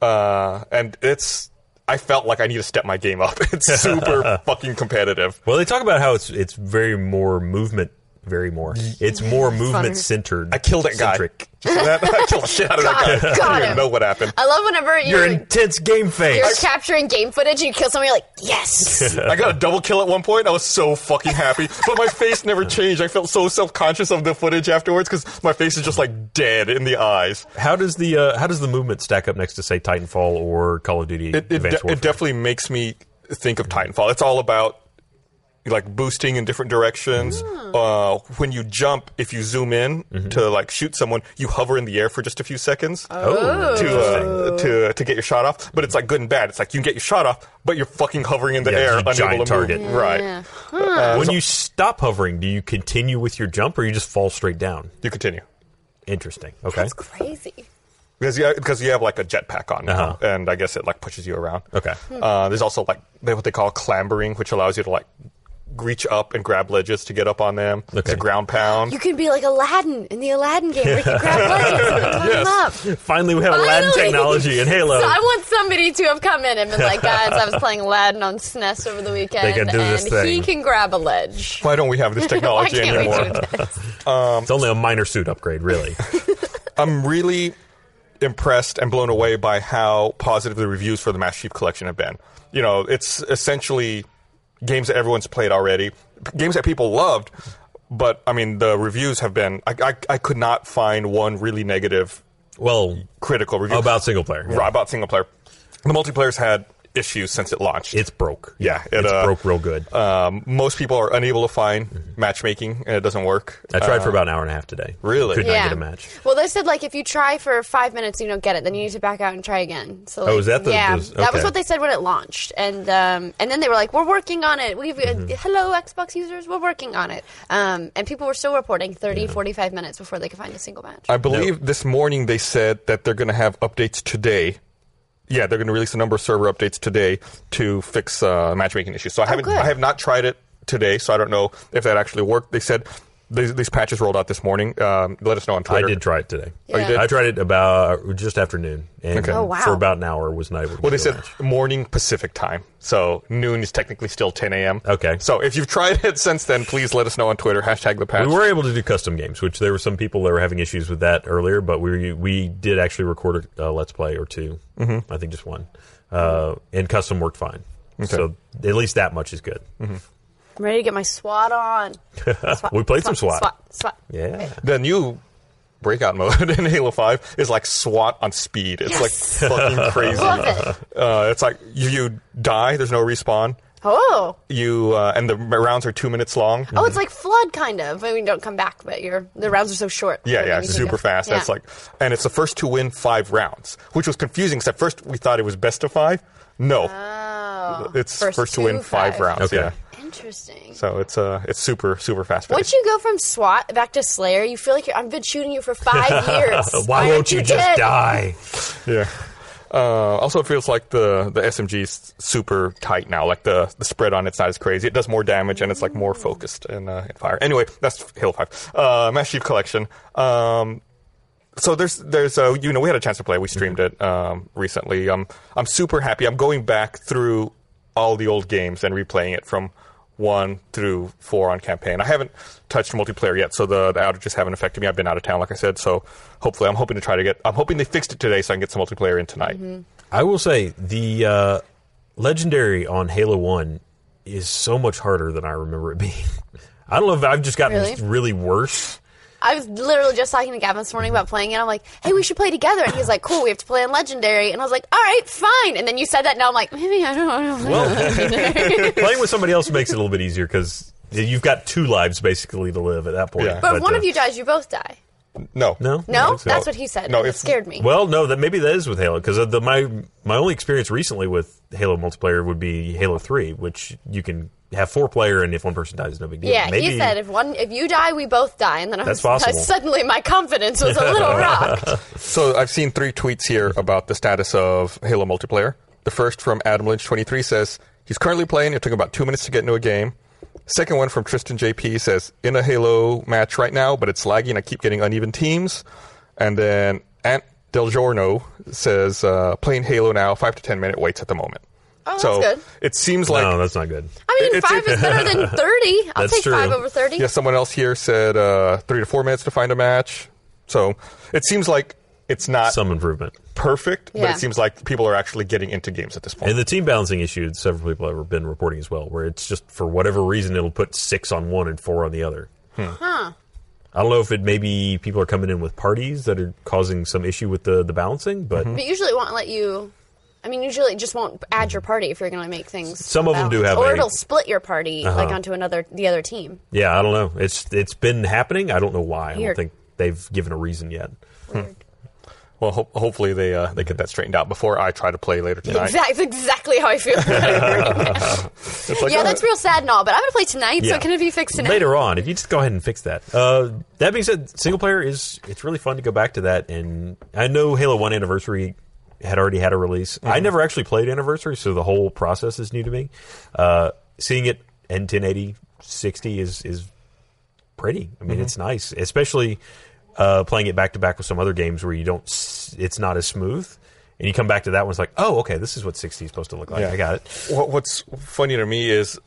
[SPEAKER 2] uh, and it's. I felt like I need to step my game up. It's super fucking competitive.
[SPEAKER 3] Well, they talk about how it's it's very more movement, very more. It's more movement centered.
[SPEAKER 2] I killed that guy.
[SPEAKER 3] Centric.
[SPEAKER 2] Did you see that? I killed the shit out of
[SPEAKER 4] Got
[SPEAKER 2] that guy.
[SPEAKER 4] him. Got
[SPEAKER 2] I don't
[SPEAKER 4] him.
[SPEAKER 2] even know what happened.
[SPEAKER 4] I love whenever
[SPEAKER 3] Your
[SPEAKER 4] you're
[SPEAKER 3] intense game
[SPEAKER 4] you're
[SPEAKER 3] face.
[SPEAKER 4] capturing game footage and you kill someone. You're like, yes.
[SPEAKER 2] I got a double kill at one point. I was so fucking happy, but my face never changed. I felt so self conscious of the footage afterwards because my face is just like dead in the eyes.
[SPEAKER 3] How does the uh, how does the movement stack up next to say Titanfall or Call of Duty?
[SPEAKER 2] It, it,
[SPEAKER 3] Advanced
[SPEAKER 2] de- it
[SPEAKER 3] Warfare?
[SPEAKER 2] definitely makes me think of Titanfall. It's all about like boosting in different directions.
[SPEAKER 3] Hmm.
[SPEAKER 2] Uh, when you jump, if you zoom in to like shoot someone, you hover in the air for just a few seconds.
[SPEAKER 3] Mm-hmm. Oh,
[SPEAKER 2] to uh, to to get your shot off. But it's like good and bad. It's like you can get your shot off, but you're fucking hovering in the
[SPEAKER 3] Yeah,
[SPEAKER 2] air,
[SPEAKER 3] it's a
[SPEAKER 2] unable
[SPEAKER 3] giant
[SPEAKER 2] to move.
[SPEAKER 3] target.
[SPEAKER 2] Right.
[SPEAKER 4] Yeah.
[SPEAKER 3] when you stop hovering, do you continue with your jump or you just fall straight down?
[SPEAKER 2] You continue.
[SPEAKER 3] Interesting. Okay.
[SPEAKER 4] It's crazy.
[SPEAKER 2] Because you, because you have like a jetpack on, now,
[SPEAKER 3] Uh-huh.
[SPEAKER 2] and I guess it like pushes you around.
[SPEAKER 3] Okay.
[SPEAKER 2] Uh, there's also like they, what they call clambering, which allows you to like reach up and grab ledges to get up on them. It's a
[SPEAKER 3] Okay.
[SPEAKER 2] ground pound.
[SPEAKER 4] You can be like Aladdin in the Aladdin game where you grab legs and climb up.
[SPEAKER 3] Finally, we have Aladdin
[SPEAKER 4] Finally.
[SPEAKER 3] technology in Halo.
[SPEAKER 4] So I want somebody to have come in and been like, guys, I was playing Aladdin on SNES over the weekend,
[SPEAKER 3] They can do
[SPEAKER 4] and
[SPEAKER 3] this
[SPEAKER 4] he
[SPEAKER 3] thing."
[SPEAKER 4] can grab a ledge.
[SPEAKER 2] Why don't we have this
[SPEAKER 4] Why
[SPEAKER 2] technology
[SPEAKER 4] can't
[SPEAKER 2] anymore?
[SPEAKER 4] we do this?
[SPEAKER 3] it's only a minor suit upgrade, really.
[SPEAKER 2] I'm really impressed and blown away by how positive the reviews for the Mass Chief Collection have been. You know, it's essentially games that everyone's played already, p- games that people loved, but I mean, the reviews have been. I, I, I could not find one really negative
[SPEAKER 3] well,
[SPEAKER 2] critical review
[SPEAKER 3] about single player.
[SPEAKER 2] Right, about single player. The multiplayer's had issues since it launched.
[SPEAKER 3] It's broke.
[SPEAKER 2] Yeah, it,
[SPEAKER 3] it's
[SPEAKER 2] uh,
[SPEAKER 3] broke real good.
[SPEAKER 2] um, most people are unable to find matchmaking, and it doesn't work.
[SPEAKER 3] Mm-hmm. I tried
[SPEAKER 2] Uh,
[SPEAKER 3] for about an hour and a half today.
[SPEAKER 2] really?
[SPEAKER 3] Could not
[SPEAKER 4] yeah.
[SPEAKER 3] get a match.
[SPEAKER 4] Well, they said like if you try for five minutes and you don't get it, then you need to back out and try again. So like,
[SPEAKER 3] Oh, is that the-
[SPEAKER 4] yeah?
[SPEAKER 3] those-
[SPEAKER 4] That was
[SPEAKER 3] okay.
[SPEAKER 4] what they said when it launched, and um, and then they were like, "We're working on it. We've
[SPEAKER 3] Mm-hmm.
[SPEAKER 4] uh, hello Xbox users, we're working on it." Um, and people were still reporting 30, 45 minutes before they could find a single match.
[SPEAKER 2] I believe this morning they said that they're going to have updates today. Yeah, they're going to release a number of server updates today to fix uh, matchmaking issues. So
[SPEAKER 3] Oh,
[SPEAKER 2] I haven't,
[SPEAKER 4] good.
[SPEAKER 2] I have not tried it today, so I don't know if that actually worked. They said these, these patches rolled out this morning. Um, let us know on
[SPEAKER 3] I
[SPEAKER 2] Twitter.
[SPEAKER 3] did try it today.
[SPEAKER 4] Oh, you did?
[SPEAKER 3] I tried it about uh, just afternoon, and
[SPEAKER 2] Okay. Oh,
[SPEAKER 4] wow.
[SPEAKER 3] for about an hour was not able. To
[SPEAKER 2] Well, they
[SPEAKER 3] get a
[SPEAKER 2] said
[SPEAKER 3] match.
[SPEAKER 2] morning Pacific time, so noon is technically still 10 a.m.
[SPEAKER 3] Okay.
[SPEAKER 2] So if you've tried it since then, please let us know on Twitter hashtag the patch.
[SPEAKER 3] we were able to do custom games, which there were some people that were having issues with that earlier, but we we did actually record a uh, let's play or 2 I think just one, uh, and custom worked fine. So at least that much is good.
[SPEAKER 4] I'm ready to get my SWAT on. SWAT,
[SPEAKER 3] We played some SWAT.
[SPEAKER 4] SWAT. SWAT.
[SPEAKER 3] Yeah,
[SPEAKER 2] the new breakout mode in Halo 5 is like SWAT on speed. It's
[SPEAKER 4] Yes.
[SPEAKER 2] like fucking crazy.
[SPEAKER 4] Love it.
[SPEAKER 2] Uh, it's like you, you die, there's no respawn.
[SPEAKER 4] Oh.
[SPEAKER 2] You uh, and the rounds are two minutes long.
[SPEAKER 4] Oh, it's like flood, kind of. I mean, don't come back, but your the rounds are so short.
[SPEAKER 2] Yeah,
[SPEAKER 4] Like,
[SPEAKER 2] yeah,
[SPEAKER 4] when you
[SPEAKER 2] it's
[SPEAKER 4] think
[SPEAKER 2] super
[SPEAKER 4] of-
[SPEAKER 2] fast.
[SPEAKER 4] yeah.
[SPEAKER 2] That's like, and it's the first to win five rounds, which was confusing. Because at first we thought it was best of five. No,
[SPEAKER 4] Oh.
[SPEAKER 2] it's first,
[SPEAKER 4] First
[SPEAKER 2] to win
[SPEAKER 4] to
[SPEAKER 2] five,
[SPEAKER 4] five.
[SPEAKER 2] rounds.
[SPEAKER 3] Okay.
[SPEAKER 2] Yeah,
[SPEAKER 4] Interesting.
[SPEAKER 2] so it's uh, it's super super fast.
[SPEAKER 4] Once you go from SWAT back to Slayer, you feel like you're, I've been shooting you for five years.
[SPEAKER 3] Why
[SPEAKER 4] aren't
[SPEAKER 3] won't you just
[SPEAKER 4] dead?
[SPEAKER 3] die?
[SPEAKER 2] Yeah. Uh, also, it feels like the the SMG is super tight now. Like the the spread on it's not as crazy. It does more damage and it's like more focused and uh, in fire. Anyway, that's Halo Five. Uh, Mass Chief Collection. Um, so there's there's uh, you know we had a chance to play. We streamed it um, recently. Um, I'm super happy. I'm going back through all the old games and replaying it from one through four on campaign. I haven't touched multiplayer yet, so the, the outages haven't affected me. I've been out of town, like I said. So hopefully, I'm hoping to try to get. I'm hoping they fixed it today, so I can get some multiplayer in tonight.
[SPEAKER 3] I will say the uh, legendary on Halo One is so much harder than I remember it being. I don't know if I've just gotten
[SPEAKER 4] Really?
[SPEAKER 3] really, worse.
[SPEAKER 4] I was literally just talking to Gavin this morning about playing it. I'm like, hey, we should play together. And he's like, cool, we have to play in Legendary. And I was like, all right, fine. And then you said that, and I'm like, maybe I don't know.
[SPEAKER 3] Playing with somebody else makes it a little bit easier because you've got two lives basically to live at that point.
[SPEAKER 2] Yeah.
[SPEAKER 4] but, one
[SPEAKER 3] uh,
[SPEAKER 4] of you dies, you both die.
[SPEAKER 2] No,
[SPEAKER 3] no,
[SPEAKER 4] No?
[SPEAKER 3] So-
[SPEAKER 4] That's what he said.
[SPEAKER 2] No,
[SPEAKER 4] and it
[SPEAKER 2] if-
[SPEAKER 4] scared me.
[SPEAKER 3] Well, no, that maybe that is with Halo because the my my only experience recently with Halo multiplayer would be Halo Three, which you can have four player, and if one person dies, no big deal.
[SPEAKER 4] yeah,
[SPEAKER 3] maybe,
[SPEAKER 4] he said if one if you die, we both die, and then I
[SPEAKER 3] That's
[SPEAKER 4] was I
[SPEAKER 3] possible.
[SPEAKER 4] suddenly my confidence was a little rocked.
[SPEAKER 2] So I've seen three tweets here about the status of Halo multiplayer. The first from Adam Lynch 23 says he's currently playing. It took him about two minutes to get into a game. Second one from Tristan JP says in a Halo match right now, but it's lagging. I keep getting uneven teams. And then Ant Del Giorno says uh, playing Halo now, five to ten minute waits at the moment.
[SPEAKER 4] Oh, that's
[SPEAKER 2] so
[SPEAKER 4] good.
[SPEAKER 2] it seems like
[SPEAKER 3] no, that's not good.
[SPEAKER 4] I mean,
[SPEAKER 2] It's-
[SPEAKER 4] five is better than thirty. I'll
[SPEAKER 3] That's
[SPEAKER 4] take
[SPEAKER 3] true.
[SPEAKER 4] five over thirty.
[SPEAKER 2] Yeah, someone else here said uh, three to four minutes to find a match. So it seems like it's
[SPEAKER 4] uh,
[SPEAKER 2] not
[SPEAKER 3] Some improvement.
[SPEAKER 2] perfect, but
[SPEAKER 4] Yeah.
[SPEAKER 2] it seems like people are actually getting into games at this point.
[SPEAKER 3] And the team balancing issue, that several people have been reporting as well, where it's just for whatever reason it'll put six on one and four on the other.
[SPEAKER 4] Huh.
[SPEAKER 3] I don't know if it maybe people are coming in with parties that are causing some issue with the the balancing, but
[SPEAKER 4] But usually it won't let you. I mean, usually it just won't add your party if you're going to make things.
[SPEAKER 3] Some of them do
[SPEAKER 4] balanced.
[SPEAKER 3] have
[SPEAKER 4] or
[SPEAKER 3] a- Uh-huh.
[SPEAKER 4] it'll split your party like onto another the other team.
[SPEAKER 3] yeah, I don't know. It's it's been happening. I don't know why. I
[SPEAKER 4] Weird.
[SPEAKER 3] don't think they've given a reason yet.
[SPEAKER 2] well, ho- hopefully they uh, they get that straightened out before I try to play later tonight.
[SPEAKER 4] Exact- That's exactly how I feel. yeah,
[SPEAKER 2] It's like, oh,
[SPEAKER 4] that's real sad and all, but I'm going to play tonight, so
[SPEAKER 3] uh, Yeah.
[SPEAKER 4] it can be fixed tonight.
[SPEAKER 3] Later on, if you just go ahead and fix that. Uh, that being said, single player is it's really fun to go back to that. And I know Halo One Anniversary had already had a release.
[SPEAKER 4] Mm-hmm.
[SPEAKER 3] I never actually played Anniversary, so the whole process is new to me. Uh, seeing it in 1080 60 is is pretty. I mean,
[SPEAKER 4] Mm-hmm.
[SPEAKER 3] it's nice, especially uh, playing it back to back with some other games where you don't. s- It's not as smooth. And you come back to that one, it's like, oh, okay, this is what 60 is supposed to look like.
[SPEAKER 2] Yeah.
[SPEAKER 3] I got it.
[SPEAKER 2] What, what's funny to me is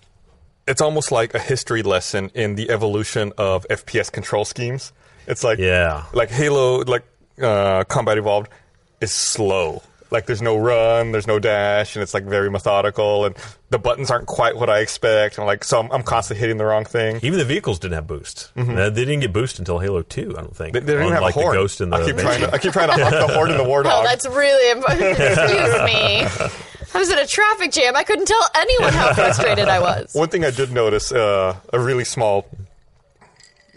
[SPEAKER 2] it's almost like a history lesson in the evolution of FPS control schemes. It's like
[SPEAKER 3] Yeah.
[SPEAKER 2] like Halo, like uh, Combat Evolved is slow. Like there's no run, there's no dash, and it's like very methodical, and the buttons aren't quite what I expect. And like so, I'm, I'm constantly hitting the wrong thing.
[SPEAKER 3] Even the vehicles didn't have boost. Uh, they didn't get boost until Halo 2, I don't think.
[SPEAKER 2] Mm-hmm. They, they don't
[SPEAKER 3] On,
[SPEAKER 2] even have
[SPEAKER 3] like
[SPEAKER 2] a horn.
[SPEAKER 3] the Ghost and the
[SPEAKER 2] I keep trying
[SPEAKER 3] Banshee.
[SPEAKER 2] to I keep trying to honk the horn in the warthog.
[SPEAKER 4] Oh, that's really important. Excuse me. I was in a traffic jam. I couldn't tell anyone how frustrated I was.
[SPEAKER 2] One thing I did notice, uh, a really small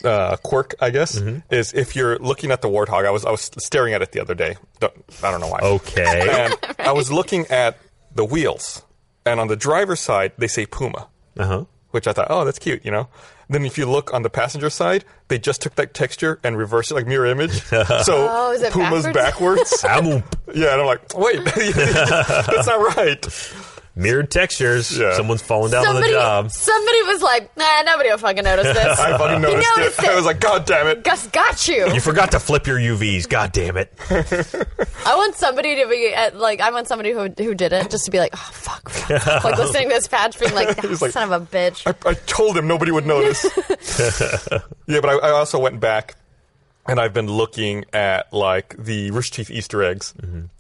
[SPEAKER 2] uh, quirk, I guess,
[SPEAKER 3] Mm-hmm.
[SPEAKER 2] is if you're looking at the warthog. I was I was staring at it the other day. Don't, I don't know why.
[SPEAKER 3] Okay.
[SPEAKER 2] And I was looking at the wheels, and on the driver's side they say Puma,
[SPEAKER 3] uh-huh.
[SPEAKER 2] which I thought, oh, that's cute, you know. Then if you look on the passenger side, they just took that texture and reversed it like mirror image. So
[SPEAKER 4] Oh, is it
[SPEAKER 2] Puma's backwards.
[SPEAKER 3] Amum.
[SPEAKER 2] yeah, and I'm like, wait, that's not right.
[SPEAKER 3] Mirrored textures.
[SPEAKER 2] Yeah.
[SPEAKER 3] Someone's falling down on
[SPEAKER 4] somebody,
[SPEAKER 3] the job.
[SPEAKER 4] somebody was like, nah, nobody will fucking notice this.
[SPEAKER 2] I fucking noticed,
[SPEAKER 4] noticed
[SPEAKER 2] it.
[SPEAKER 4] it.
[SPEAKER 2] I was like, God damn it.
[SPEAKER 4] Gus got you.
[SPEAKER 3] You forgot to flip your UVs. God damn it.
[SPEAKER 4] I want somebody to be at, like, I want somebody who who did it just to be like, oh fuck, fuck, fuck." like listening to this patch being like, "Ah,
[SPEAKER 2] like-
[SPEAKER 4] son of a bitch.
[SPEAKER 2] I, I told him nobody would notice. yeah, but I, I also went back and I've been looking at like the Rooster Teeth Easter eggs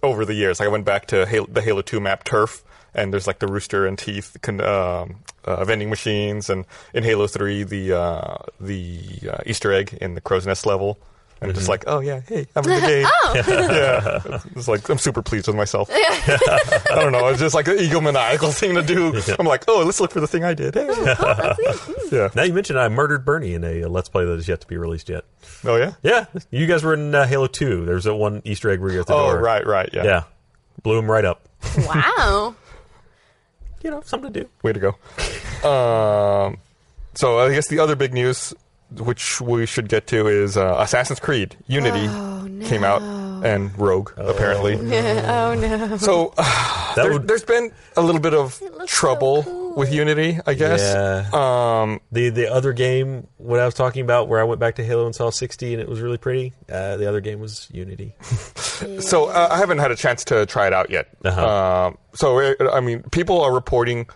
[SPEAKER 2] over the years. Like I went back to Halo, the Halo 2 map turf and there's like the rooster and teeth con- um, uh, vending machines and in Halo 3 the uh, the uh, Easter egg in the crow's nest level. And just like, oh yeah, hey, I'm in the game. Yeah, it's like I'm super pleased with myself. I don't know, it's just like an egomaniacal thing to do. I'm like, oh, let's look for the thing I did. Hey. yeah.
[SPEAKER 3] Now you mentioned I murdered Bernie in a, uh Let's Play that is yet to be released yet.
[SPEAKER 2] Oh yeah.
[SPEAKER 3] Yeah, you guys were in uh, Halo 2. There's that one Easter egg where you're at the
[SPEAKER 2] Oh
[SPEAKER 3] door.
[SPEAKER 2] right, right, yeah.
[SPEAKER 3] Yeah. Blew him right up.
[SPEAKER 4] wow.
[SPEAKER 3] You know, something to do.
[SPEAKER 2] Way to go. um, so I guess the other big news, which we should get to, is uh, Assassin's Creed Unity came out and Rogue apparently.
[SPEAKER 4] oh no.
[SPEAKER 2] So uh,
[SPEAKER 3] That
[SPEAKER 2] there,
[SPEAKER 3] would,
[SPEAKER 2] there's been a little bit of trouble with Unity, I guess.
[SPEAKER 3] Yeah.
[SPEAKER 2] Um,
[SPEAKER 3] the the other game what I was talking about where I went back to Halo and saw 60 and it was really pretty. Uh, the other game was Unity.
[SPEAKER 2] So uh, I haven't had a chance to try it out yet.
[SPEAKER 3] Uh-huh.
[SPEAKER 2] Um, so uh, I mean, people are reporting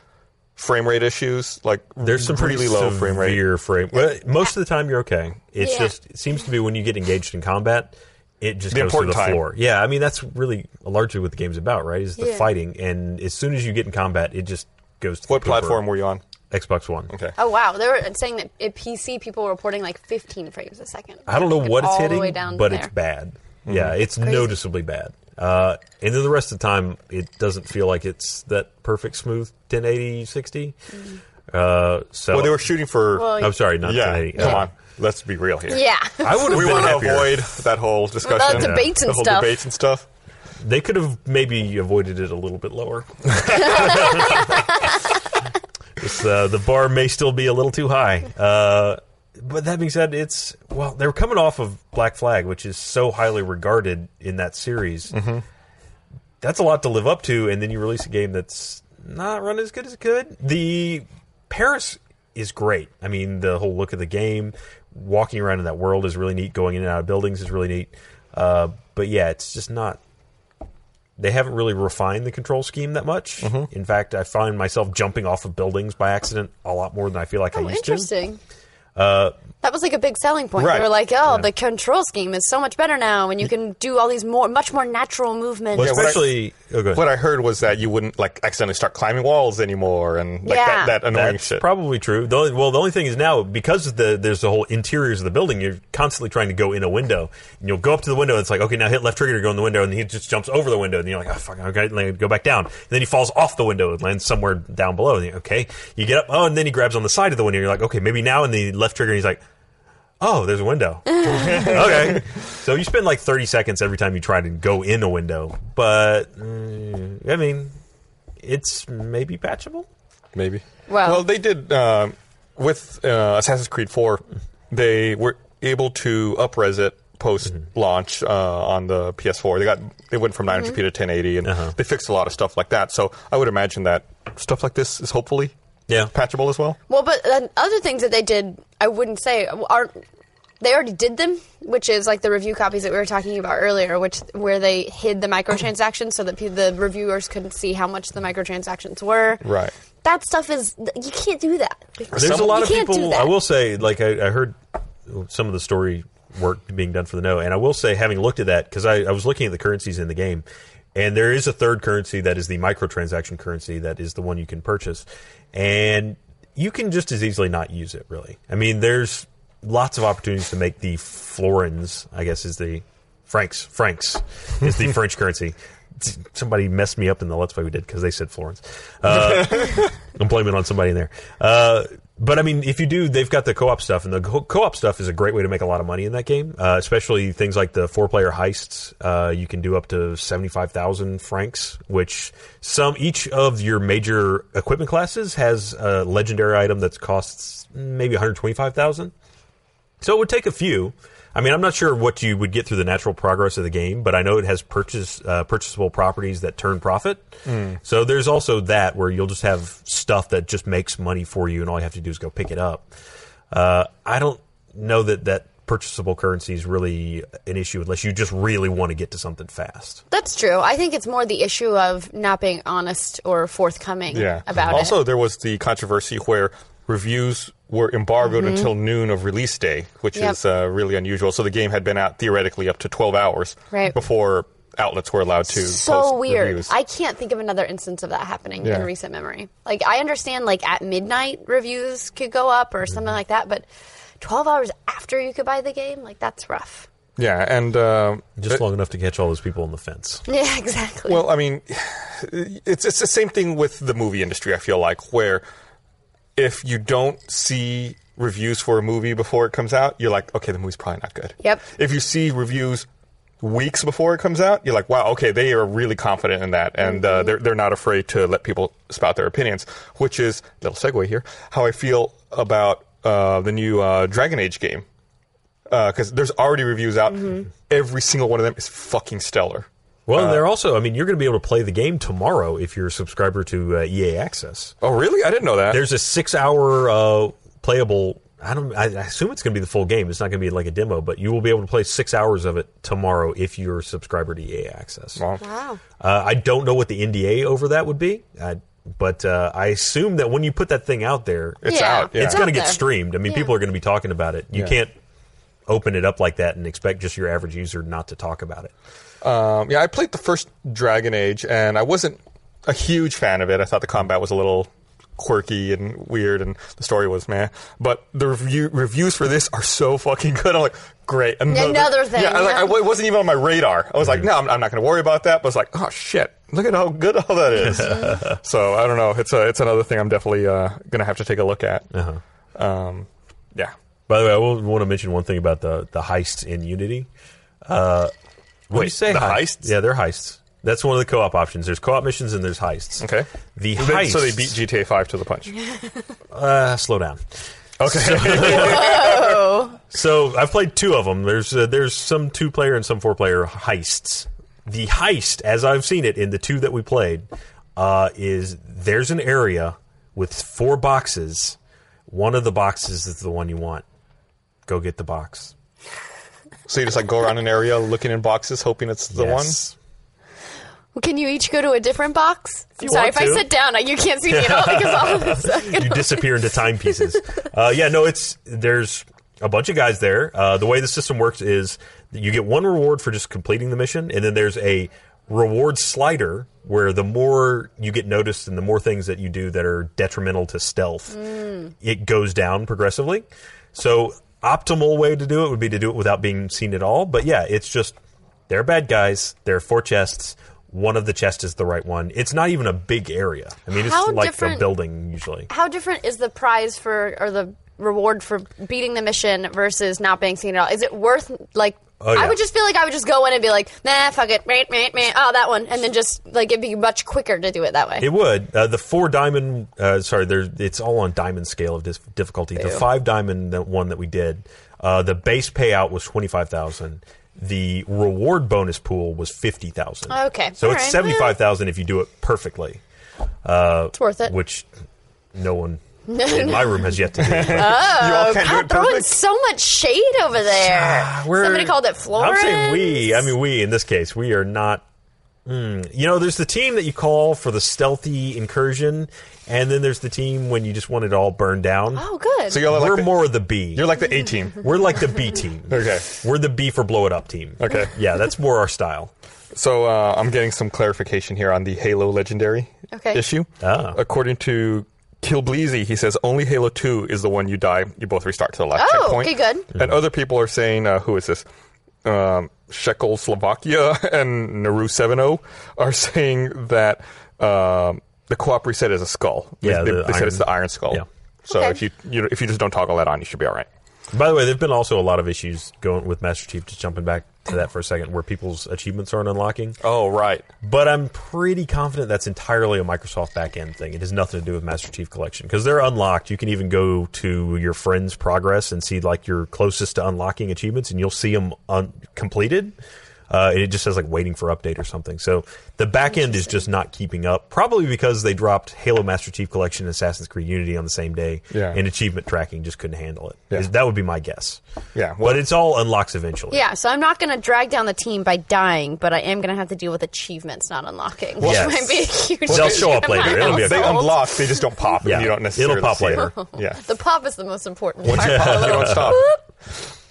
[SPEAKER 2] frame rate issues. Like
[SPEAKER 3] There's some
[SPEAKER 2] really
[SPEAKER 3] pretty
[SPEAKER 2] low frame rate.
[SPEAKER 3] severe frame. Well, most of the time you're okay. It's
[SPEAKER 4] Yeah.
[SPEAKER 3] just it seems to be when you get engaged in combat, it just
[SPEAKER 2] The
[SPEAKER 3] goes to
[SPEAKER 2] important
[SPEAKER 3] the
[SPEAKER 2] time.
[SPEAKER 3] floor. Yeah, I mean that's really largely what the game's about, right? Is the
[SPEAKER 4] Yeah.
[SPEAKER 3] fighting, and as soon as you get in combat, it just goes. to
[SPEAKER 2] What
[SPEAKER 3] the pooper.
[SPEAKER 2] platform were you on?
[SPEAKER 3] Xbox One.
[SPEAKER 2] Okay.
[SPEAKER 4] Oh wow. They were saying that at PC people were reporting like 15 frames a second.
[SPEAKER 3] I don't know
[SPEAKER 4] Like,
[SPEAKER 3] what it's
[SPEAKER 4] all the
[SPEAKER 3] hitting,
[SPEAKER 4] way down
[SPEAKER 3] but
[SPEAKER 4] there.
[SPEAKER 3] it's bad.
[SPEAKER 2] Mm-hmm.
[SPEAKER 3] Yeah, it's noticeably bad. Uh, and then the rest of the time, it doesn't feel like it's that perfect smooth 1080 60. Uh, so
[SPEAKER 2] Well, they were shooting for.
[SPEAKER 4] Mm-hmm. Well,
[SPEAKER 3] I'm sorry, not
[SPEAKER 2] yeah,
[SPEAKER 3] 1080.
[SPEAKER 2] come
[SPEAKER 3] Uh,
[SPEAKER 2] on. Let's be real here.
[SPEAKER 4] Yeah.
[SPEAKER 3] I would
[SPEAKER 2] We
[SPEAKER 3] have been
[SPEAKER 2] want to
[SPEAKER 3] happier.
[SPEAKER 2] avoid that whole discussion.
[SPEAKER 4] The debates and
[SPEAKER 2] the whole
[SPEAKER 4] stuff.
[SPEAKER 2] debates and stuff.
[SPEAKER 3] They could have maybe avoided it a little bit lower. It's, uh, the bar may still be a little too high. Uh, but that being said, it's well, they were coming off of Black Flag, which is so highly regarded in that series. That's a lot to live up to, and then you release a game that's not run as good as it could. The Paris is great. I mean, the whole look of the game, walking around in that world is really neat. Going in and out of buildings is really neat. Uh, but yeah, it's just not they haven't really refined the control scheme that much. In fact, I find myself jumping off of buildings by accident a lot more than I feel like
[SPEAKER 4] Oh,
[SPEAKER 3] I used to. Uh,
[SPEAKER 4] interesting. that was like a big selling point.
[SPEAKER 2] Right.
[SPEAKER 4] They were like, "Oh, the control scheme is so much better now, and you can do all these more, much more natural movements."
[SPEAKER 3] Well,
[SPEAKER 2] Yeah, what I-
[SPEAKER 3] especially oh, go ahead.
[SPEAKER 2] What I heard was that you wouldn't like accidentally start climbing walls anymore, and like
[SPEAKER 4] Yeah.
[SPEAKER 2] that, that annoying
[SPEAKER 3] that's
[SPEAKER 2] shit.
[SPEAKER 3] probably true. The only, well, the only thing is now because of the there's the whole interiors of the building, you're constantly trying to go in a window, and you'll go up to the window. and It's like okay, now hit left trigger to go in the window, and he just jumps over the window, and you're like, oh fuck, okay, and then go back down. And then he falls off the window and lands somewhere down below. And you okay, you get up, oh, and then he grabs on the side of the window. And you're like, okay, maybe now, and then he left trigger, and he's like. Oh, there's a window. okay. So you spend like 30 seconds every time you try to go in a window, but mm, I mean, it's maybe patchable.
[SPEAKER 2] Maybe.
[SPEAKER 4] Well-
[SPEAKER 2] they did um with uh, Assassin's Creed 4. They were able to upres it post launch uh, on the PS4. They got they went from 900p to 1080, and
[SPEAKER 3] Uh-huh.
[SPEAKER 2] they fixed a lot of stuff like that. So I would imagine that stuff like this is hopefully
[SPEAKER 3] Yeah.
[SPEAKER 2] patchable as well.
[SPEAKER 4] Well, but then other things that they did, I wouldn't say aren't. They already did them, which is like the review copies that we were talking about earlier, which where they hid the microtransactions so that pe- the reviewers couldn't see how much the microtransactions were.
[SPEAKER 2] Right.
[SPEAKER 4] That stuff is you can't do that.
[SPEAKER 3] There's a lot
[SPEAKER 4] you
[SPEAKER 3] of
[SPEAKER 4] can't Do
[SPEAKER 3] people.
[SPEAKER 4] that.
[SPEAKER 3] I will say, like I, I heard some of the story work being done for the no, and I will say, having looked at that, because I, I was looking at the currencies in the game, And there is a third currency that is the microtransaction currency that is the one you can purchase. And you can just as easily not use it, really. I mean, there's lots of opportunities to make the florins, I guess is the francs, francs is the French currency. S- Somebody messed me up in the Let's Play we did because they said florins. Uh, I'm blaming it on somebody in there. Uh, but I mean, if you do, they've got the co-op stuff, and the co- co-op stuff is a great way to make a lot of money in that game. Uh, especially things like the four-player heists. Uh, you can do up to seventy-five thousand francs, which some each of your major equipment classes has a legendary item that costs maybe one hundred twenty-five thousand. So it would take a few. I mean, I'm not sure what you would get through the natural progress of the game, but I know it has purchase uh, purchasable properties that turn profit. So there's also that where you'll just have stuff that just makes money for you, and all you have to do is go pick it up. Uh, I don't know that that purchasable currency is really an issue unless you just really want to get to something fast.
[SPEAKER 4] That's true. I think it's more the issue of not being honest or forthcoming
[SPEAKER 2] yeah.
[SPEAKER 4] about
[SPEAKER 2] also,
[SPEAKER 4] it.
[SPEAKER 2] there was the controversy where reviews were embargoed until noon of release day, which
[SPEAKER 4] Mm-hmm. Yep.
[SPEAKER 2] is uh, really unusual. So the game had been out theoretically up to 12 hours
[SPEAKER 4] Right.
[SPEAKER 2] before outlets were allowed to
[SPEAKER 4] So
[SPEAKER 2] post
[SPEAKER 4] weird.
[SPEAKER 2] reviews.
[SPEAKER 4] I can't think of another instance of that happening
[SPEAKER 2] Yeah.
[SPEAKER 4] in recent memory. Like I understand, like at midnight reviews could go up or something like that, but twelve hours after you could buy the game, like that's rough.
[SPEAKER 2] yeah, and um,
[SPEAKER 3] Just long enough to catch all those people on the fence.
[SPEAKER 4] Yeah, exactly.
[SPEAKER 2] Well, I mean, it's it's the same thing with the movie industry. I feel like where if you don't see reviews for a movie before it comes out, you're like, okay, the movie's probably not good.
[SPEAKER 4] Yep.
[SPEAKER 2] If you see reviews weeks before it comes out, you're like, wow, okay, they are really confident in that, and uh, they're they're not afraid to let people spout their opinions. Which is little segue here, how I feel about uh, the new uh, Dragon Age game because there's already reviews out. Every single one of them is fucking stellar.
[SPEAKER 3] Well, and they're also, I mean, you're going to be able to play the game tomorrow if you're a subscriber to uh, EA Access.
[SPEAKER 2] Oh, really? I didn't know that.
[SPEAKER 3] There's a six hour uh, playable. I don't. I I assume it's going to be the full game. It's not going to be like a demo, but you will be able to play six hours of it tomorrow if you're a subscriber to EA Access.
[SPEAKER 4] wow.
[SPEAKER 3] Uh, I don't know what the NDA over that would be, I, but uh, I assume that when you put that thing out there,
[SPEAKER 2] It's
[SPEAKER 4] Yeah.
[SPEAKER 2] out. Yeah.
[SPEAKER 3] it's going to get
[SPEAKER 4] out there.
[SPEAKER 3] streamed. I mean,
[SPEAKER 4] Yeah.
[SPEAKER 3] people are going to be talking about it. You
[SPEAKER 2] Yeah.
[SPEAKER 3] can't open it up like that and expect just your average user not to talk about it.
[SPEAKER 2] Um, yeah, I played the first Dragon Age, and I wasn't a huge fan of it. I thought the combat was a little quirky and weird, and the story was meh. But the review, reviews for this are so fucking good. I'm like, great.
[SPEAKER 4] Another thing,
[SPEAKER 2] Yeah, I, like,
[SPEAKER 4] yeah.
[SPEAKER 2] I, it wasn't even on my radar. I was like, no, I'm, I'm not going to worry about that. But I was like, oh shit, look at how good all that is. so I don't know. It's a, it's another thing I'm definitely uh, going to have to take a look at. Um, yeah.
[SPEAKER 3] By the way, I will want to mention one thing about the the heists in Unity. Uh, Wait, you say
[SPEAKER 2] the
[SPEAKER 3] heist?
[SPEAKER 2] heists?
[SPEAKER 3] Yeah, they're heists. That's one of the co-op options. There's co-op missions and there's heists.
[SPEAKER 2] Okay.
[SPEAKER 3] The
[SPEAKER 2] So they-
[SPEAKER 3] heists.
[SPEAKER 2] So they beat GTA 5 to the punch.
[SPEAKER 3] Uh, slow down.
[SPEAKER 2] Okay.
[SPEAKER 3] So I've played two of them. There's uh, there's some two player and some four player heists. The heist, as I've seen it in the two that we played, uh, is there's an area with four boxes. One of the boxes is the one you want. Go get the box.
[SPEAKER 2] So you just like go around an area looking in boxes, hoping it's the
[SPEAKER 3] Yes.
[SPEAKER 4] Can you each go to a different box? I'm
[SPEAKER 3] you
[SPEAKER 4] sorry, if
[SPEAKER 3] want
[SPEAKER 4] I
[SPEAKER 3] to.
[SPEAKER 4] sit down, you can't see me at all because all of this. I can
[SPEAKER 3] you disappear into timepieces. Uh, yeah, no, it's there's a bunch of guys there. Uh, the way the system works is you get one reward for just completing the mission, and then there's a reward slider where the more you get noticed and the more things that you do that are detrimental to stealth,
[SPEAKER 4] Mm.
[SPEAKER 3] it goes down progressively. So optimal way to do it would be to do it without being seen at all. But yeah, it's just they're bad guys. There are four chests. One of the chests is the right one. It's not even a big area. I mean, it's
[SPEAKER 4] How
[SPEAKER 3] like a
[SPEAKER 4] different-
[SPEAKER 3] building usually.
[SPEAKER 4] how different is the prize for or the reward for beating the mission versus not being seen at all? Is it worth like?
[SPEAKER 3] Oh, yeah.
[SPEAKER 4] I would just feel like I would just go in and be like, nah, fuck it, meh, meh, meh, oh that one, and then just like it'd be much quicker to do it that way.
[SPEAKER 3] It would. Uh, the four diamond, uh, sorry, there, it's all on diamond scale of dis- difficulty. The five diamond that one that we did, uh, the base payout was twenty five thousand. The reward bonus pool was fifty thousand.
[SPEAKER 4] Okay.
[SPEAKER 3] so
[SPEAKER 4] All
[SPEAKER 3] it's
[SPEAKER 4] right.
[SPEAKER 3] seventy five thousand if you do it perfectly,
[SPEAKER 4] it's worth it.
[SPEAKER 3] which no one in my room has yet to do.
[SPEAKER 2] one. You all can't do
[SPEAKER 4] Stop
[SPEAKER 2] it
[SPEAKER 4] throwing
[SPEAKER 2] perfect.
[SPEAKER 4] so much shade over there.
[SPEAKER 3] We're-
[SPEAKER 4] Somebody called it Florence.
[SPEAKER 3] I'm saying we. I mean we. In this case, we are not hmm. You know, there's the team that you call for the stealthy incursion, and then there's the team when you just want it all burned down.
[SPEAKER 4] Oh, good.
[SPEAKER 2] So y'all are
[SPEAKER 3] We're
[SPEAKER 2] like the,
[SPEAKER 3] more of the B.
[SPEAKER 2] you're like the A team.
[SPEAKER 3] We're like the B team.
[SPEAKER 2] Okay.
[SPEAKER 3] We're the B for blow it up team.
[SPEAKER 2] Okay.
[SPEAKER 3] Yeah, that's more our style.
[SPEAKER 2] So uh, I'm getting some clarification here on the Halo Legendary
[SPEAKER 4] Okay.
[SPEAKER 2] issue.
[SPEAKER 3] Ah.
[SPEAKER 2] According to Kilbleezy, he says only Halo 2 is the one you die. You both restart to the last
[SPEAKER 4] Oh,
[SPEAKER 2] checkpoint.
[SPEAKER 4] okay, good.
[SPEAKER 3] Mm-hmm.
[SPEAKER 2] And other people are saying, uh, who is this? Um, Czechoslovakia and Naru 70 are saying that um, the co-op reset is a skull. They-
[SPEAKER 3] Yeah,
[SPEAKER 2] they,
[SPEAKER 3] the
[SPEAKER 2] they said
[SPEAKER 3] iron-
[SPEAKER 2] it's the iron skull.
[SPEAKER 3] Yeah.
[SPEAKER 2] So
[SPEAKER 4] Okay.
[SPEAKER 2] if you, you know, if you just don't toggle that on, you should be all right.
[SPEAKER 3] By the way, there've been also a lot of issues going with Master Chief. Just jumping back to that for a second, where people's achievements aren't unlocking.
[SPEAKER 2] Oh, right.
[SPEAKER 3] But I'm pretty confident that's entirely a Microsoft backend thing. It has nothing to do with Master Chief Collection because they're unlocked. You can even go to your friend's progress and see like your closest to unlocking achievements, and you'll see them un- completed. Uh, and it just says like waiting for update or something. So the back end is just not keeping up, probably because they dropped Halo Master Chief Collection and Assassin's Creed Unity on the same day,
[SPEAKER 2] Yeah.
[SPEAKER 3] and achievement tracking just couldn't handle it.
[SPEAKER 2] Yeah.
[SPEAKER 3] Is- That would be my guess.
[SPEAKER 2] Yeah, well-
[SPEAKER 3] but it's all unlocks eventually.
[SPEAKER 4] Yeah, so I'm not going to drag down the team by dying, but I am going to have to deal with achievements not unlocking, which
[SPEAKER 3] Yes.
[SPEAKER 4] might be a huge.
[SPEAKER 3] They'll show up later. It'll be a
[SPEAKER 4] They
[SPEAKER 2] They
[SPEAKER 3] Skull.
[SPEAKER 2] unlock, they just don't pop,
[SPEAKER 3] Yeah.
[SPEAKER 2] and you don't
[SPEAKER 3] It'll
[SPEAKER 2] necessarily
[SPEAKER 3] pop
[SPEAKER 2] see it.
[SPEAKER 3] later.
[SPEAKER 2] Yeah.
[SPEAKER 4] The pop is the most important
[SPEAKER 2] Once
[SPEAKER 4] part.
[SPEAKER 2] you pop, you don't stop.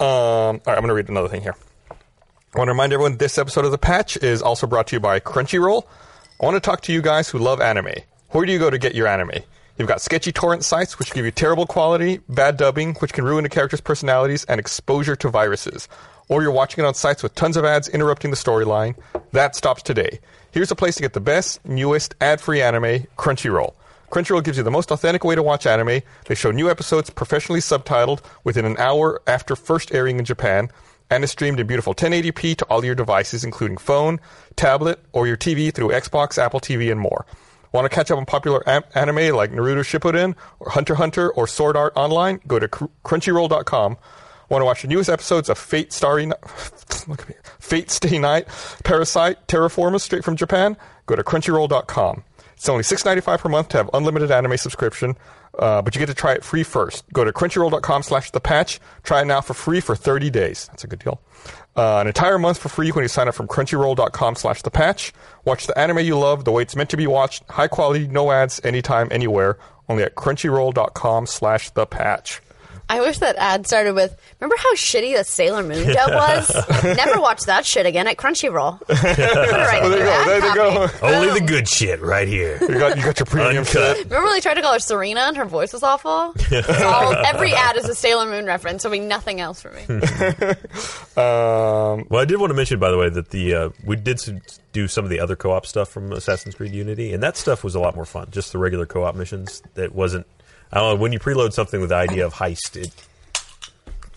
[SPEAKER 2] Um, all right, I'm going to read another thing here. I want to remind everyone this episode of The Patch is also brought to you by Crunchyroll. I want to talk to you guys who love anime. Where do you go to get your anime? You've got sketchy torrent sites, which give you terrible quality, bad dubbing, which can ruin a character's personalities, and exposure to viruses. Or you're watching it on sites with tons of ads interrupting the storyline. That stops today. Here's a place to get the best, newest, ad free anime Crunchyroll. Crunchyroll gives you the most authentic way to watch anime. They show new episodes professionally subtitled within an hour after first airing in Japan and is streamed in beautiful 1080p to all your devices, including phone, tablet, or your TV through Xbox, Apple TV, and more. Want to catch up on popular am- anime like Naruto Shippuden, or Hunter x Hunter, or Sword Art Online? Go to cr- crunchyroll.com. Want to watch the newest episodes of Fate Starry Night, look at me, Fate Stay Night, Parasite, Terraformers, straight from Japan? Go to crunchyroll.com. It's only six ninety five per month to have unlimited anime subscription, uh, but you get to try it free first. Go to crunchyroll.com slash the patch. Try it now for free for 30 days. That's a good deal. Uh, an entire month for free when you sign up from crunchyroll.com slash the patch. Watch the anime you love the way it's meant to be watched. High quality, no ads, anytime, anywhere. Only at crunchyroll.com slash the patch.
[SPEAKER 4] I wish that ad started with Remember how shitty the Sailor Moon dub was? Never watch that shit again at Crunchyroll. right,
[SPEAKER 2] There you go. There you go.
[SPEAKER 3] Only the good shit right here.
[SPEAKER 2] You got, you got your premium
[SPEAKER 3] Uncut.
[SPEAKER 2] set.
[SPEAKER 4] Remember when they tried to call her Serena and her voice was awful? It's all- every ad is a Sailor Moon reference, so be nothing else for me.
[SPEAKER 2] Um,
[SPEAKER 3] Well, I did want to mention, by the way, that the uh, we did s do some of the other co-op stuff from Assassin's Creed Unity, and that stuff was a lot more fun. Just the regular co-op missions that wasn't. I don't know. When you preload something with the idea of heist, it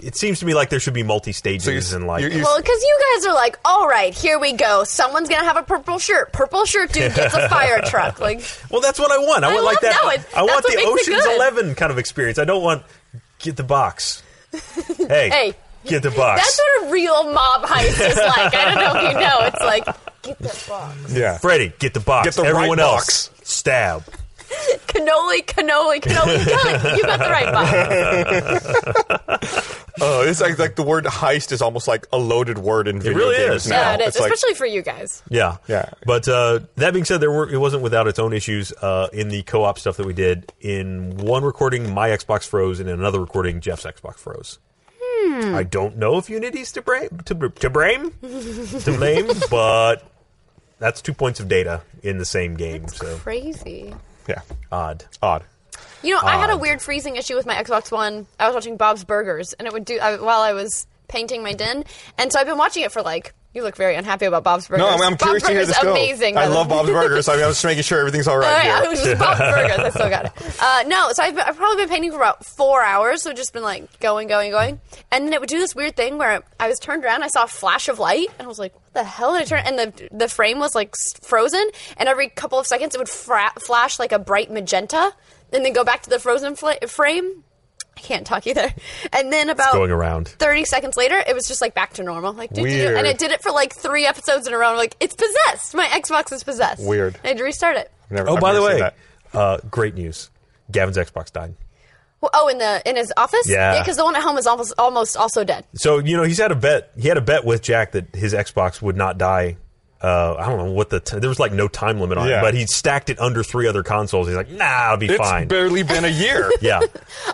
[SPEAKER 3] it seems to me like there should be multi stages
[SPEAKER 2] s-
[SPEAKER 3] and like.
[SPEAKER 2] you- you-
[SPEAKER 4] Well, because you guys are like, all right, here we go. Someone's gonna have a purple shirt. Purple shirt dude gets a fire truck. Like,
[SPEAKER 3] well, that's what I want. I, want like
[SPEAKER 4] love
[SPEAKER 3] that.
[SPEAKER 4] that one.
[SPEAKER 3] I want
[SPEAKER 4] That's
[SPEAKER 3] the
[SPEAKER 4] what makes it
[SPEAKER 3] Ocean's
[SPEAKER 4] good.
[SPEAKER 3] Eleven kind of experience. I don't want get the box. Hey,
[SPEAKER 4] Hey.
[SPEAKER 3] get the box.
[SPEAKER 4] that's what a real mob heist is like. I don't know if you know. It's like, get that box.
[SPEAKER 2] yeah.
[SPEAKER 3] Freddy, get the box.
[SPEAKER 2] Get the
[SPEAKER 3] Everyone
[SPEAKER 2] right
[SPEAKER 3] else,
[SPEAKER 2] box.
[SPEAKER 3] stab.
[SPEAKER 4] Cannoli, cannoli, cannoli. Gun. You got the right box.
[SPEAKER 2] Oh, it's like, like the word heist is almost like a loaded word in video
[SPEAKER 3] really
[SPEAKER 2] games
[SPEAKER 3] is.
[SPEAKER 2] now.
[SPEAKER 4] Yeah, it is.
[SPEAKER 2] It's like-
[SPEAKER 4] Especially for you guys.
[SPEAKER 3] Yeah,
[SPEAKER 2] Yeah.
[SPEAKER 3] But uh, that being said, there were it wasn't without its own issues uh, in the co-op stuff that we did. In one recording, my Xbox froze, and in another recording, Jeff's Xbox froze. I don't know if Unity's to blame, to, br- to blame, to blame, but that's two points of data in the same game. So
[SPEAKER 4] Crazy.
[SPEAKER 2] yeah,
[SPEAKER 3] odd.
[SPEAKER 2] odd.
[SPEAKER 4] You know, I had a weird freezing issue with my Xbox One. I was watching Bob's Burgers, and it would do I, while I was painting my den. And so I've been watching it for like. You look very unhappy about Bob's Burgers.
[SPEAKER 2] No, I'm, I'm curious
[SPEAKER 4] Bob's
[SPEAKER 2] to hear
[SPEAKER 4] Burgers
[SPEAKER 2] this go.
[SPEAKER 4] Amazing. by
[SPEAKER 2] I
[SPEAKER 4] the
[SPEAKER 2] love
[SPEAKER 4] way.
[SPEAKER 2] Bob's Burgers. I mean, I'm just making sure everything's all right
[SPEAKER 4] All right, I
[SPEAKER 2] here.
[SPEAKER 4] was just Bob's Burgers. I still got it. Uh, no, so I've, been, I've probably been painting for about four hours. So just been like going, going, going, and then it would do this weird thing where I was turned around, I saw a flash of light, and I was like, "What the hell?" Did I turn, and the the frame was like s- frozen, and every couple of seconds it would fra- flash like a bright magenta, and then go back to the frozen fla- frame. I can't talk either. And then about
[SPEAKER 3] going around.
[SPEAKER 4] thirty seconds later, it was just like back to normal. Like do, do, do.
[SPEAKER 2] Weird.
[SPEAKER 4] and it did it for like three episodes in a row. I'm like it's possessed. My Xbox is possessed.
[SPEAKER 2] Weird.
[SPEAKER 4] I had to restart it.
[SPEAKER 2] I've never-
[SPEAKER 3] Oh,
[SPEAKER 2] I've
[SPEAKER 3] by the
[SPEAKER 2] never seen
[SPEAKER 3] way,
[SPEAKER 2] that.
[SPEAKER 3] uh, great news. Gavin's Xbox died.
[SPEAKER 4] Well, oh, in the in his office.
[SPEAKER 3] Yeah.
[SPEAKER 4] because the one at home is almost almost also dead.
[SPEAKER 3] So you know he's had a bet. He had a bet with Jack that his Xbox would not die Uh, I don't know what the t- there was like no time limit on it,
[SPEAKER 2] Yeah.
[SPEAKER 3] but he stacked it under three other consoles. He's like, nah, it'll be
[SPEAKER 2] It's
[SPEAKER 3] fine.
[SPEAKER 2] barely been a year.
[SPEAKER 3] yeah,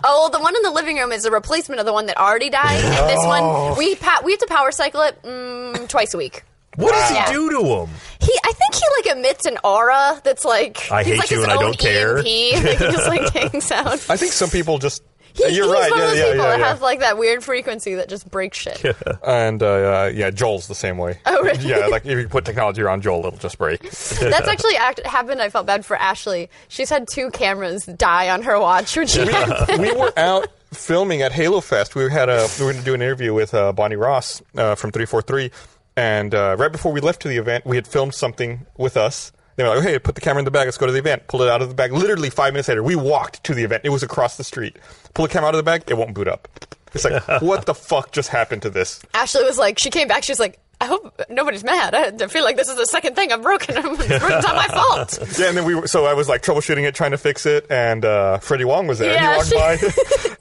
[SPEAKER 4] Oh, well, the one in the living room is a replacement of the one that already died. And this
[SPEAKER 3] Oh.
[SPEAKER 4] one, we pa- we have to power cycle it mm, twice a week.
[SPEAKER 3] what does
[SPEAKER 4] Wow.
[SPEAKER 3] he do to him?
[SPEAKER 4] He, I think he like emits an aura that's like
[SPEAKER 3] I
[SPEAKER 4] he's
[SPEAKER 3] hate
[SPEAKER 4] like
[SPEAKER 3] you
[SPEAKER 4] his
[SPEAKER 3] and I
[SPEAKER 4] own
[SPEAKER 3] don't care.
[SPEAKER 4] EMP that he just like hangs out.
[SPEAKER 2] I think some people just.
[SPEAKER 4] He-
[SPEAKER 2] you're
[SPEAKER 4] he's
[SPEAKER 2] right.
[SPEAKER 4] one
[SPEAKER 2] yeah,
[SPEAKER 4] of those
[SPEAKER 2] yeah,
[SPEAKER 4] people
[SPEAKER 2] yeah,
[SPEAKER 4] that
[SPEAKER 2] yeah.
[SPEAKER 4] has like that weird frequency that just breaks shit.
[SPEAKER 2] And uh, uh, yeah, Joel's the same way.
[SPEAKER 4] Oh, really?
[SPEAKER 2] Yeah, like if you put technology around Joel, it'll just break.
[SPEAKER 4] That's actually act- happened. I felt bad for Ashley. She's had two cameras die on her watch when she had
[SPEAKER 2] we were out filming at Halo Fest. We had a we were going to do an interview with uh, Bonnie Ross uh, from 343, and uh, right before we left to the event, we had filmed something with us. They were like, "Hey, put the camera in the bag. Let's go to the event." Pulled it out of the bag. Literally five minutes later, we walked to the event. It was across the street. Pull the camera out of the bag. It won't boot up. It's like, what the fuck just happened to this?
[SPEAKER 4] Ashley was like, she came back. She's like, I hope nobody's mad. I I feel like this is the second thing I've broken. it's not my fault.
[SPEAKER 2] Yeah, and then we were, so I was like troubleshooting it, trying to fix it, and uh, Freddie Wong was there.
[SPEAKER 4] Yeah,
[SPEAKER 2] he walked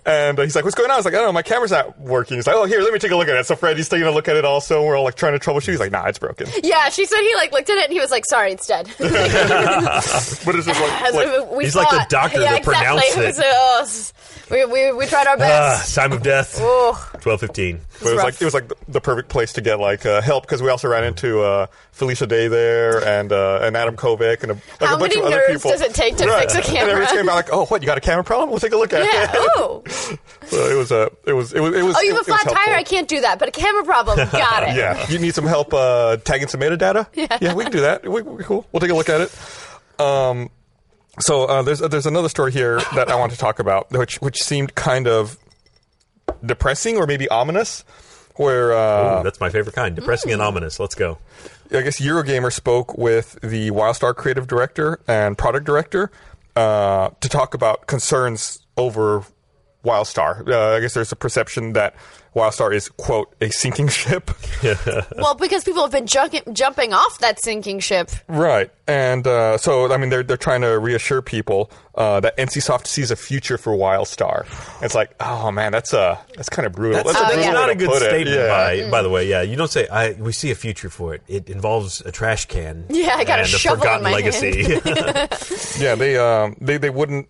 [SPEAKER 2] by, and uh, he's like, "What's going on?" I was like, "I don't know, my camera's not working." He's like, "Oh, here, let me take a look at it." So Freddie's taking a look at it also. and We're all like trying to troubleshoot. He's like, "Nah, it's broken."
[SPEAKER 4] Yeah, she said he like looked at it and he was like, sorry, it's dead.
[SPEAKER 2] But it's just like,
[SPEAKER 4] As
[SPEAKER 2] like
[SPEAKER 4] we
[SPEAKER 3] he's like the
[SPEAKER 4] fought.
[SPEAKER 3] doctor
[SPEAKER 4] yeah,
[SPEAKER 3] that pronounced
[SPEAKER 4] exactly.
[SPEAKER 3] it.
[SPEAKER 4] was, uh, s- we, we, we tried our
[SPEAKER 3] Ah,
[SPEAKER 4] best.
[SPEAKER 3] time of death.
[SPEAKER 4] Oh.
[SPEAKER 3] Twelve fifteen.
[SPEAKER 2] but it was
[SPEAKER 4] rough.
[SPEAKER 2] like it was like the, the perfect place to get like uh, help because we also ran into uh, Felicia Day there and uh, and Adam Kovic and a, like
[SPEAKER 4] How
[SPEAKER 2] a bunch
[SPEAKER 4] many
[SPEAKER 2] of other
[SPEAKER 4] nerves
[SPEAKER 2] people.
[SPEAKER 4] does it take to
[SPEAKER 2] Right.
[SPEAKER 4] fix a
[SPEAKER 2] And
[SPEAKER 4] camera?
[SPEAKER 2] everyone came out like, "Oh, what? You got a camera problem? We'll take a look at
[SPEAKER 4] yeah.
[SPEAKER 2] it."
[SPEAKER 4] Oh.
[SPEAKER 2] So it was a it was it was it was.
[SPEAKER 4] Oh, you have a
[SPEAKER 2] it was
[SPEAKER 4] flat tire.
[SPEAKER 2] helpful.
[SPEAKER 4] I can't do that. But a camera problem. Got it.
[SPEAKER 2] Yeah, you need some help uh, tagging some metadata. Yeah, we can do that. We, we, cool. We'll take a look at it. Um, so uh, there's there's another story here that I want to talk about, which which seemed kind of depressing or maybe ominous. Where uh,
[SPEAKER 3] Ooh, that's my favorite kind. Depressing
[SPEAKER 4] Mm.
[SPEAKER 3] and ominous. Let's go.
[SPEAKER 2] I guess Eurogamer spoke with the Wildstar creative director and product director uh, to talk about concerns over Wildstar. Uh, I guess there's a perception that Wildstar is quote a sinking ship.
[SPEAKER 4] Well, because people have been junk- jumping off that sinking ship.
[SPEAKER 2] Right, and uh, so I mean, they're they're trying to reassure people uh, that NCSoft sees a future for WildStar. It's like, oh man, that's uh, that's kind of brutal.
[SPEAKER 3] That's,
[SPEAKER 2] a
[SPEAKER 3] that's
[SPEAKER 2] brutal
[SPEAKER 4] Oh, yeah. Mm.
[SPEAKER 2] way
[SPEAKER 3] not
[SPEAKER 2] to
[SPEAKER 3] a good
[SPEAKER 2] put it.
[SPEAKER 3] statement,
[SPEAKER 2] Yeah.
[SPEAKER 3] by, by the way. Yeah, you don't say. I we see a future for it. It involves a trash can.
[SPEAKER 4] Yeah, I got a
[SPEAKER 3] and
[SPEAKER 4] shovel in
[SPEAKER 3] forgotten
[SPEAKER 4] my
[SPEAKER 3] legacy.
[SPEAKER 2] Yeah, they um, they they wouldn't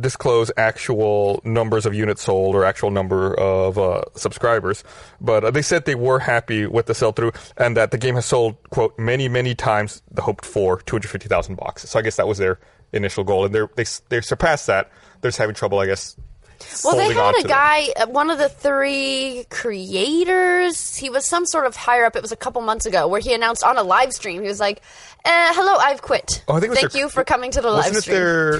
[SPEAKER 2] disclose actual numbers of units sold or actual number of uh, subscribers, but uh, they said they were happy with the sell through and that the game has sold quote many many times the hoped for 250,000 boxes. So I guess that was their initial goal, and they're, they s- they surpassed that. They're just having trouble, I guess.
[SPEAKER 4] Well, they
[SPEAKER 2] holding on
[SPEAKER 4] had
[SPEAKER 2] to
[SPEAKER 4] a
[SPEAKER 2] them.
[SPEAKER 4] guy, uh, one of the three creators. He was some sort of higher up. It was a couple months ago where he announced on a live stream. He was like, uh, "Hello, I've quit.
[SPEAKER 2] Oh, I think it was
[SPEAKER 4] Thank
[SPEAKER 2] their-
[SPEAKER 4] you for coming to the live
[SPEAKER 2] Wasn't it
[SPEAKER 4] stream."
[SPEAKER 2] their?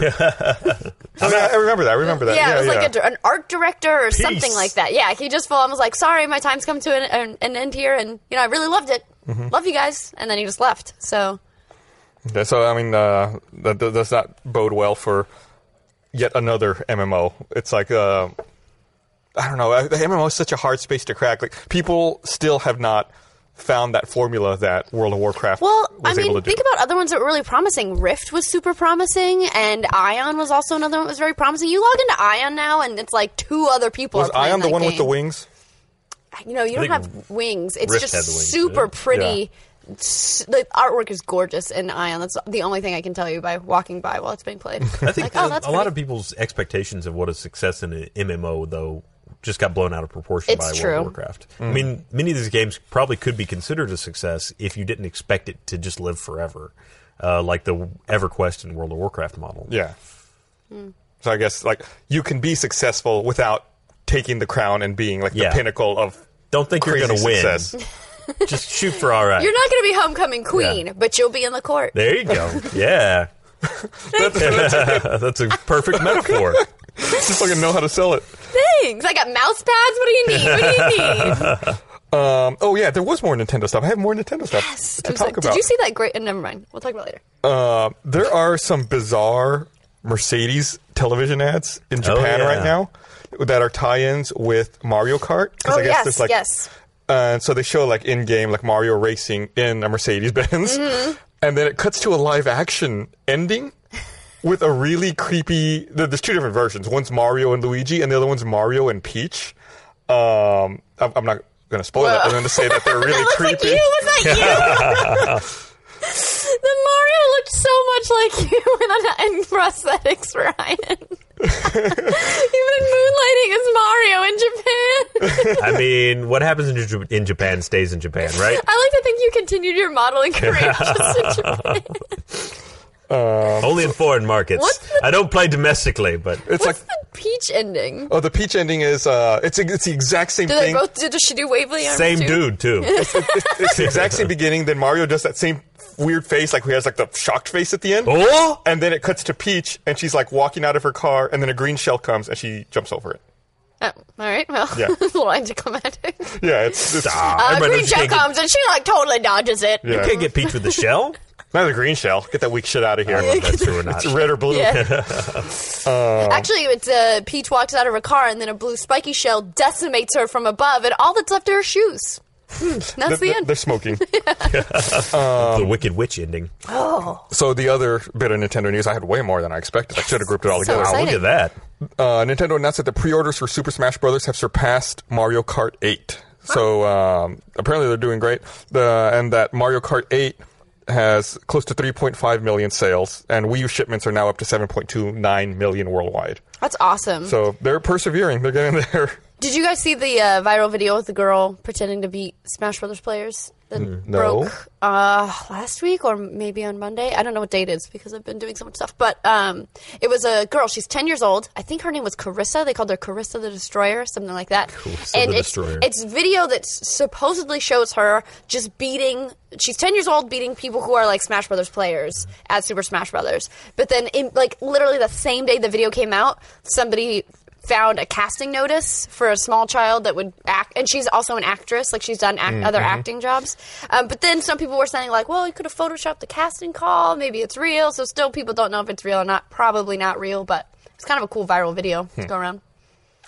[SPEAKER 2] I, mean, I remember that. I remember that.
[SPEAKER 4] yeah,
[SPEAKER 2] yeah
[SPEAKER 4] it was like a, dir- an art director or something
[SPEAKER 3] Peace.
[SPEAKER 4] like that. Yeah, he just full on was like, "Sorry, my time's come to an, an, an end here, and you know, I really loved it.
[SPEAKER 2] Mm-hmm.
[SPEAKER 4] Love you guys." And then he just left. So
[SPEAKER 2] Yeah, so I mean, uh, that that does not bode well for yet another MMO. It's like uh, I don't know. I- The MMO is such a hard space to crack. Like people still have not found that formula that World of Warcraft
[SPEAKER 4] Well,
[SPEAKER 2] was
[SPEAKER 4] I mean,
[SPEAKER 2] able to do.
[SPEAKER 4] think about other ones that were really promising. Rift was super promising, and Ion was also another one that was very promising. You log into Ion now, and it's like two other people.
[SPEAKER 2] was
[SPEAKER 4] are playing
[SPEAKER 2] Ion the
[SPEAKER 4] that
[SPEAKER 2] one with the
[SPEAKER 4] game.
[SPEAKER 2] wings?
[SPEAKER 4] You know, you don't
[SPEAKER 3] think
[SPEAKER 4] have wings. It's
[SPEAKER 3] Rift
[SPEAKER 4] just
[SPEAKER 3] had the wings,
[SPEAKER 4] super
[SPEAKER 3] yeah.
[SPEAKER 4] pretty. S- The artwork is gorgeous in Ion. That's the only thing I can tell you by walking by while it's being played.
[SPEAKER 3] I think
[SPEAKER 4] like, oh,
[SPEAKER 3] a,
[SPEAKER 4] that's
[SPEAKER 3] a lot
[SPEAKER 4] pretty.
[SPEAKER 3] of people's expectations of what a success in an MMO though just got blown out of proportion
[SPEAKER 4] It's
[SPEAKER 3] by
[SPEAKER 4] true.
[SPEAKER 3] World of Warcraft. I mean, many of these games probably could be considered a success if you didn't expect it to just live forever, uh, like the EverQuest and World of Warcraft model.
[SPEAKER 2] Yeah.
[SPEAKER 4] Hmm.
[SPEAKER 2] So I guess like you can be successful without taking the crown and being like
[SPEAKER 3] Yeah.
[SPEAKER 2] the pinnacle of
[SPEAKER 3] Don't think you're
[SPEAKER 2] crazy
[SPEAKER 3] going to win.
[SPEAKER 2] success.
[SPEAKER 3] Just shoot for all right.
[SPEAKER 4] You're not going to be homecoming queen,
[SPEAKER 3] Yeah.
[SPEAKER 4] but you'll be in the court.
[SPEAKER 3] there you go. Yeah. that's a perfect metaphor.
[SPEAKER 2] Just fucking know how to sell it.
[SPEAKER 4] Thanks. I got mouse pads. What do you need? What do you need?
[SPEAKER 2] Um, oh yeah, there was more Nintendo stuff. I have more Nintendo stuff to
[SPEAKER 4] I'm
[SPEAKER 2] talk
[SPEAKER 4] sorry.
[SPEAKER 2] about.
[SPEAKER 4] Did you see that great? uh, Never mind. We'll talk about it later.
[SPEAKER 2] Uh, there are some bizarre Mercedes television ads in Japan
[SPEAKER 3] yeah.
[SPEAKER 2] right now that are tie-ins with Mario Kart. 'Cause
[SPEAKER 4] Oh,
[SPEAKER 2] I guess
[SPEAKER 4] yes,
[SPEAKER 2] there's, like,
[SPEAKER 4] yes.
[SPEAKER 2] Uh, so they show like in-game like Mario racing in a Mercedes Benz,
[SPEAKER 4] Mm-hmm.
[SPEAKER 2] and then it cuts to a live-action ending. With a really creepy, there- there's two different versions. One's Mario and Luigi, and the other one's Mario and Peach. Um, I'm I'm not going to spoil it. I'm going to say that they're really
[SPEAKER 4] That looks
[SPEAKER 2] creepy.
[SPEAKER 4] like you. Was that you? much like you in, in prosthetics, Ryan. Even moonlighting is Mario in Japan.
[SPEAKER 3] I mean, what happens in, J- in Japan stays in Japan, right?
[SPEAKER 4] I like to think you continued your modeling career just in Japan.
[SPEAKER 3] Only in foreign
[SPEAKER 4] What's
[SPEAKER 3] markets.
[SPEAKER 4] the-
[SPEAKER 3] I don't play domestically, but
[SPEAKER 2] It's
[SPEAKER 4] What's
[SPEAKER 2] like
[SPEAKER 4] the peach ending?
[SPEAKER 2] oh, the peach ending is uh, it's it's the exact same
[SPEAKER 4] Do they
[SPEAKER 2] thing.
[SPEAKER 4] both? Do, does she do Waverly Arms
[SPEAKER 3] same
[SPEAKER 4] too?
[SPEAKER 3] dude too.
[SPEAKER 2] it's the exact same beginning. Then Mario does that same weird face, like he has like the shocked face at the end.
[SPEAKER 3] oh,
[SPEAKER 2] And then it cuts to Peach, and she's like walking out of her car, and then a green shell comes, and she jumps over it.
[SPEAKER 4] Oh, all right. Well,
[SPEAKER 2] Yeah.
[SPEAKER 4] a little anticlimactic.
[SPEAKER 2] Yeah, it's, it's
[SPEAKER 3] stop!
[SPEAKER 4] Uh,
[SPEAKER 3] Everybody
[SPEAKER 4] green
[SPEAKER 3] knows you
[SPEAKER 4] shell
[SPEAKER 3] can't, get,
[SPEAKER 4] comes and she like totally dodges it.
[SPEAKER 2] Yeah.
[SPEAKER 3] you can't get peach with the shell.
[SPEAKER 2] another green shell. Get that weak shit out of here.
[SPEAKER 3] I don't know if that's true or not.
[SPEAKER 2] It's red or blue.
[SPEAKER 4] Yeah. Actually, it's uh, Peach walks out of her car and then a blue spiky shell decimates her from above, and all that's left are her shoes. Hmm, That's the,
[SPEAKER 2] They're,
[SPEAKER 4] end.
[SPEAKER 2] they're smoking.
[SPEAKER 3] the Wicked Witch ending.
[SPEAKER 2] so the other bit of Nintendo news, I had way more than I expected. I should have grouped it all
[SPEAKER 4] So
[SPEAKER 2] together.
[SPEAKER 3] Wow, look
[SPEAKER 4] Exciting.
[SPEAKER 3] at that.
[SPEAKER 2] uh, Nintendo announced that the pre-orders for Super Smash Bros. have surpassed Mario Kart 8. So um, apparently they're doing great, the, and that Mario Kart 8 has close to 3.5 million sales, and Wii U shipments are now up to 7.29 million worldwide.
[SPEAKER 4] That's awesome.
[SPEAKER 2] So they're persevering; they're getting there.
[SPEAKER 4] Did you guys see the uh, viral video with the girl pretending to be Smash Brothers players that
[SPEAKER 2] no.
[SPEAKER 4] broke uh, last week or maybe on Monday? I don't know what date it is because I've been doing so much stuff. But um, it was a girl. She's ten years old. I think her name was Carissa. They called her Carissa the Destroyer, something like that.
[SPEAKER 3] Carissa the
[SPEAKER 4] it's,
[SPEAKER 3] Destroyer.
[SPEAKER 4] It's video that s- supposedly shows her just beating. She's ten years old, beating people who are like Smash Brothers players at Super Smash Brothers. But then, in, like literally the same day the video came out, somebody found a casting notice for a small child that would act, and she's also an actress. Like she's done act,
[SPEAKER 3] Mm,
[SPEAKER 4] other
[SPEAKER 3] mm-hmm.
[SPEAKER 4] acting jobs. Um, but then some people were saying like, well, you could have photoshopped the casting call. Maybe it's real. So still, people don't know if it's real or not. Probably not real, but it's kind of a cool viral video
[SPEAKER 3] Hmm.
[SPEAKER 4] to go around.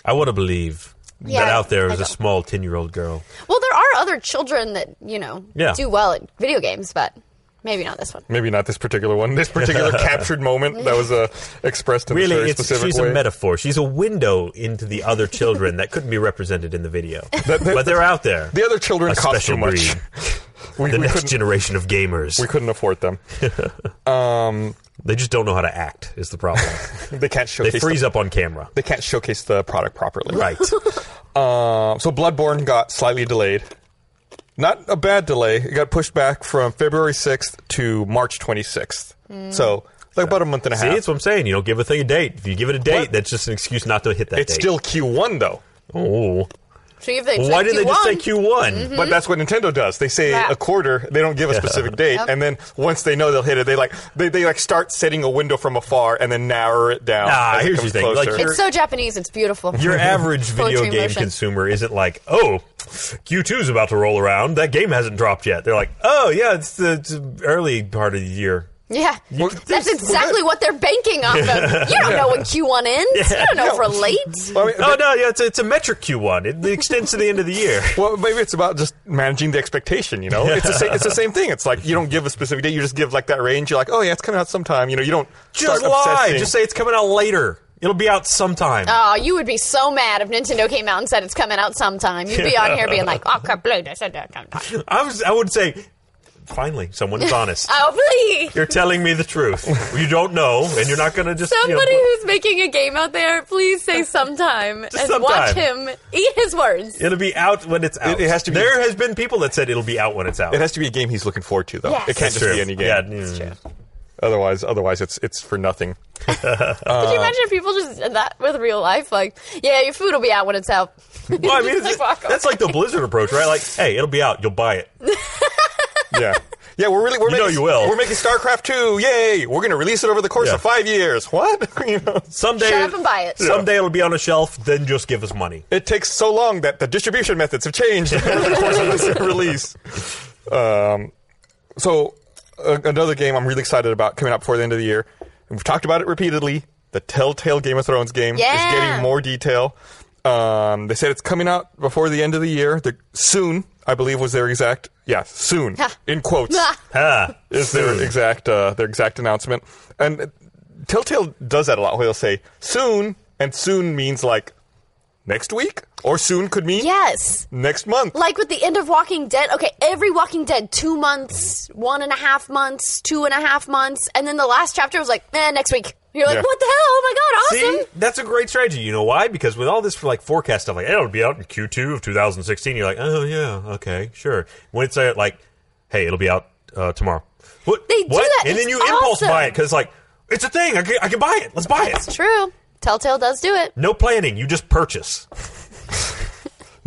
[SPEAKER 3] I want to believe
[SPEAKER 4] Yeah,
[SPEAKER 3] that out there
[SPEAKER 4] I
[SPEAKER 3] is a
[SPEAKER 4] don't.
[SPEAKER 3] small ten-year-old girl.
[SPEAKER 4] Well, there are other children that you know
[SPEAKER 3] Yeah.
[SPEAKER 4] do well at video games, but maybe not this one.
[SPEAKER 2] Maybe not this particular one. This particular captured moment that was uh, expressed in this
[SPEAKER 3] Really,
[SPEAKER 2] very
[SPEAKER 3] it's,
[SPEAKER 2] specific
[SPEAKER 3] she's
[SPEAKER 2] way.
[SPEAKER 3] a metaphor. She's a window into the other children that couldn't be represented in the video, but they're out there.
[SPEAKER 2] the other children
[SPEAKER 3] a
[SPEAKER 2] cost too
[SPEAKER 3] special
[SPEAKER 2] much.
[SPEAKER 3] breed.
[SPEAKER 2] we,
[SPEAKER 3] The
[SPEAKER 2] we
[SPEAKER 3] next
[SPEAKER 2] couldn't,
[SPEAKER 3] generation of gamers.
[SPEAKER 2] we couldn't afford them.
[SPEAKER 3] They just don't know how to act. Is the problem?
[SPEAKER 2] They can't
[SPEAKER 3] they
[SPEAKER 2] showcase. the-
[SPEAKER 3] freeze up on camera.
[SPEAKER 2] they can't showcase the product properly.
[SPEAKER 3] Right.
[SPEAKER 2] Um, so Bloodborne got slightly delayed. Not a bad delay. It got pushed back from February 6th to March 26th.
[SPEAKER 4] Mm.
[SPEAKER 2] So, like about a month and a
[SPEAKER 3] See,
[SPEAKER 2] half.
[SPEAKER 3] that's what I'm saying. You don't give a thing a date. If you give it a date,
[SPEAKER 2] What?
[SPEAKER 3] that's just an excuse not to hit that
[SPEAKER 2] It's
[SPEAKER 3] date.
[SPEAKER 2] still Q1 though.
[SPEAKER 3] Oh.
[SPEAKER 4] So if they
[SPEAKER 3] Why did they just say
[SPEAKER 4] take
[SPEAKER 3] Q1?
[SPEAKER 4] Mm-hmm.
[SPEAKER 2] But that's what Nintendo does. They say
[SPEAKER 4] Yeah.
[SPEAKER 2] a quarter. They don't give a specific date,
[SPEAKER 4] Yep.
[SPEAKER 2] and then once they know they'll hit it, they like they, they like start setting a window from afar and then narrow it down.
[SPEAKER 3] Nah,
[SPEAKER 2] as it
[SPEAKER 3] here's
[SPEAKER 2] comes
[SPEAKER 3] the thing. Like,
[SPEAKER 2] closer.
[SPEAKER 3] you're-
[SPEAKER 4] It's so Japanese. It's beautiful.
[SPEAKER 3] Your average video
[SPEAKER 4] Poetry in
[SPEAKER 3] game
[SPEAKER 4] motion.
[SPEAKER 3] consumer isn't like, oh, Q2's about to roll around. That game hasn't dropped yet. They're like, oh, yeah, it's the, it's the early part of the year.
[SPEAKER 4] yeah.
[SPEAKER 2] Well,
[SPEAKER 4] That's
[SPEAKER 2] this-
[SPEAKER 4] exactly what they're banking off of. You don't know when Q1 ends. You don't know if we're late.
[SPEAKER 2] Well, I mean,
[SPEAKER 3] Oh, no, yeah, it's, it's a metric Q1. It extends to the end of the year.
[SPEAKER 2] Well, maybe it's about just managing the expectation. You know, it's the same. It's the same thing. It's like you don't give a specific date. You just give like that range. You're like, oh yeah, it's coming out sometime. You know, you don't
[SPEAKER 3] Just
[SPEAKER 2] start
[SPEAKER 3] lie.
[SPEAKER 2] obsessing. Uh,
[SPEAKER 3] Just say it's coming out later. It'll be out sometime.
[SPEAKER 4] Oh, you would be so mad if Nintendo came out and said it's coming out sometime. You'd be on here being like, oh, kablooey, they said that sometime."
[SPEAKER 3] I, was, I would say, finally, someone is honest.
[SPEAKER 2] Uh,
[SPEAKER 4] Oh, please.
[SPEAKER 3] You're telling me the truth. You don't know, and you're not going to just. you know,
[SPEAKER 4] Somebody who's making a game out there, please say sometime and watch
[SPEAKER 3] sometime.
[SPEAKER 4] him eat his words.
[SPEAKER 3] It'll be out when it's out.
[SPEAKER 2] It- it has to be-
[SPEAKER 3] There has been people that said it'll be out when it's out.
[SPEAKER 2] It has to be a game he's looking forward to, though.
[SPEAKER 4] Yes.
[SPEAKER 2] It can't
[SPEAKER 3] That's
[SPEAKER 2] just
[SPEAKER 3] true.
[SPEAKER 2] be any game.
[SPEAKER 3] Yeah, mm.
[SPEAKER 2] Otherwise, otherwise it's it's for nothing.
[SPEAKER 4] Could
[SPEAKER 2] Uh,
[SPEAKER 4] you imagine if people just did that with real life? Like, yeah, your food will be out when it's out.
[SPEAKER 3] Well, I mean, it's,
[SPEAKER 4] Like, walk
[SPEAKER 3] that's like the Blizzard approach, right? Like, hey, it'll be out. You'll buy it.
[SPEAKER 2] yeah, yeah. We're really we're
[SPEAKER 3] You know
[SPEAKER 2] making,
[SPEAKER 3] you will.
[SPEAKER 2] We're making StarCraft two. Yay! We're going to release it over the course
[SPEAKER 3] Yeah.
[SPEAKER 2] of five years. What? you know,
[SPEAKER 3] Someday,
[SPEAKER 4] Shut up and buy it.
[SPEAKER 3] Someday it'll be on a shelf. Then just give us money.
[SPEAKER 2] it takes so long that the distribution methods have changed over the course of this release. Um, so uh, another game I'm really excited about coming out before the end of the year. We've talked about it repeatedly. The Telltale Game of Thrones game
[SPEAKER 4] Yeah.
[SPEAKER 2] is getting more detail. Um, they said it's coming out before the end of the year. The, soon, I believe, was their exact yeah soon in quotes
[SPEAKER 3] Ha.
[SPEAKER 2] is their
[SPEAKER 3] Soon.
[SPEAKER 2] exact uh, their exact announcement. And Telltale does that a lot. Where they'll say soon, and soon means like next week or soon could mean
[SPEAKER 4] Yes.
[SPEAKER 2] next month.
[SPEAKER 4] Like with the end of Walking Dead, okay, every Walking Dead, two months, one and a half months, two and a half months, and then the last chapter was like, eh, next week. You're like,
[SPEAKER 2] Yeah.
[SPEAKER 4] what the hell? Oh my god, awesome!
[SPEAKER 3] See, that's a great strategy. You know why? Because with all this for like forecast stuff, like it'll be out in Q2 of 2016. You're like, oh yeah, okay, sure. When it's uh, like, hey, it'll be out uh, tomorrow. What?
[SPEAKER 4] They do
[SPEAKER 3] what?
[SPEAKER 4] that.
[SPEAKER 3] And then
[SPEAKER 4] It's
[SPEAKER 3] you impulse
[SPEAKER 4] awesome.
[SPEAKER 3] buy it because like it's a thing. I can, I can buy it. Let's buy it.
[SPEAKER 4] It's true. Telltale does do it.
[SPEAKER 3] No planning. You just purchase.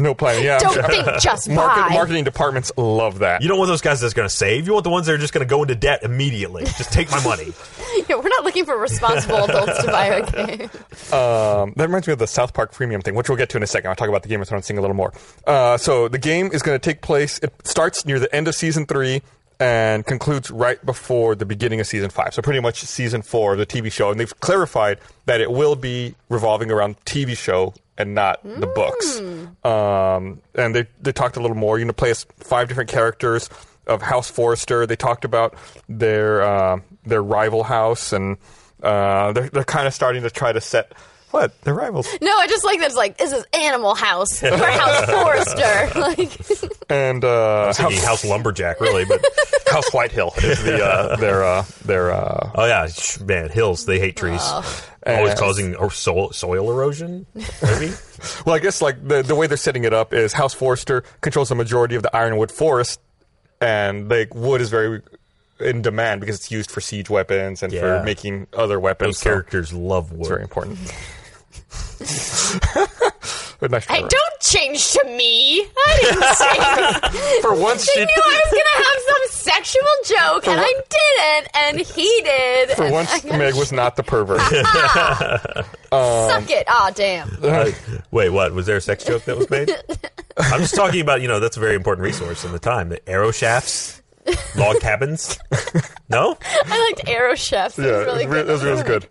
[SPEAKER 2] No plan. Yeah.
[SPEAKER 4] Don't think, just
[SPEAKER 2] Market,
[SPEAKER 4] buy.
[SPEAKER 2] marketing departments love that.
[SPEAKER 3] You don't want those guys that's going to save. You want the ones that are just going to go into debt immediately. Just take my money.
[SPEAKER 4] Yeah, we're not looking for responsible adults to buy our game.
[SPEAKER 2] Um, that reminds me of the South Park premium thing, which we'll get to in a second. I'll talk about the Game of Thrones thing a little more. Uh, so the game is going to take place. It starts near the end of season three and concludes right before the beginning of season five. So pretty much season four of the TV show. And they've clarified that it will be revolving around the TV show and not the books. Um, and they they talked a little more. You're going to play as five different characters of House Forrester. They talked about their uh, their rival house and. Uh, they're they're kind of starting to try to set what? They're rivals.
[SPEAKER 4] No, I just like that. It's like this is Animal House or House Forester. Like,
[SPEAKER 2] And uh,
[SPEAKER 3] House, house lumberjack, really. But
[SPEAKER 2] House White Hill is the, uh, their, uh, their, uh,
[SPEAKER 3] oh yeah, sh- man, hills. They hate trees. Always
[SPEAKER 2] And-
[SPEAKER 3] causing or soil, soil erosion. Maybe.
[SPEAKER 2] well, I guess like the, the way they're setting it up is House Forester controls the majority of the Ironwood Forest, and like wood is very in demand because it's used for siege weapons and
[SPEAKER 3] Yeah.
[SPEAKER 2] for making other weapons.
[SPEAKER 3] Those
[SPEAKER 2] so
[SPEAKER 3] characters love wood.
[SPEAKER 2] it's very important. But nice
[SPEAKER 4] hey, don't change to me. I didn't say.
[SPEAKER 2] for once
[SPEAKER 4] They
[SPEAKER 2] she
[SPEAKER 4] knew I was gonna have some sexual joke, and I didn't, and he did.
[SPEAKER 2] for
[SPEAKER 4] and
[SPEAKER 2] once
[SPEAKER 4] I-
[SPEAKER 2] Meg was not the pervert.
[SPEAKER 4] suck it. Ah, damn.
[SPEAKER 3] Uh, wait, what? Was there a sex joke that was made? I'm just talking about, you know, that's a very important resource in the time. The arrow shafts, log cabins. No?
[SPEAKER 4] I liked Arrow Chef. That was really
[SPEAKER 2] it re-
[SPEAKER 4] good.
[SPEAKER 2] It was really good.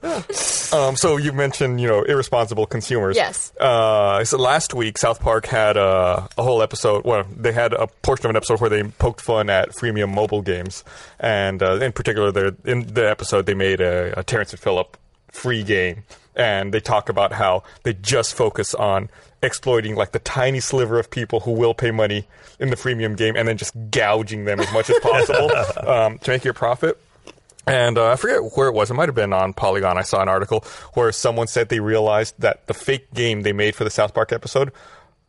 [SPEAKER 2] Um, so you mentioned, you know, irresponsible consumers.
[SPEAKER 4] Yes.
[SPEAKER 2] Uh, so last week, South Park had uh, a whole episode. Well, they had a portion of an episode where they poked fun at freemium mobile games, and uh, in particular, their- in the episode, they made a, a Terrence and Phillip free game, and they talk about how they just focus on exploiting like the tiny sliver of people who will pay money in the freemium game, and then just gouging them as much as possible um, to make your profit. And uh, I forget where it was. It might have been on Polygon. I saw an article where someone said they realized that the fake game they made for the South Park episode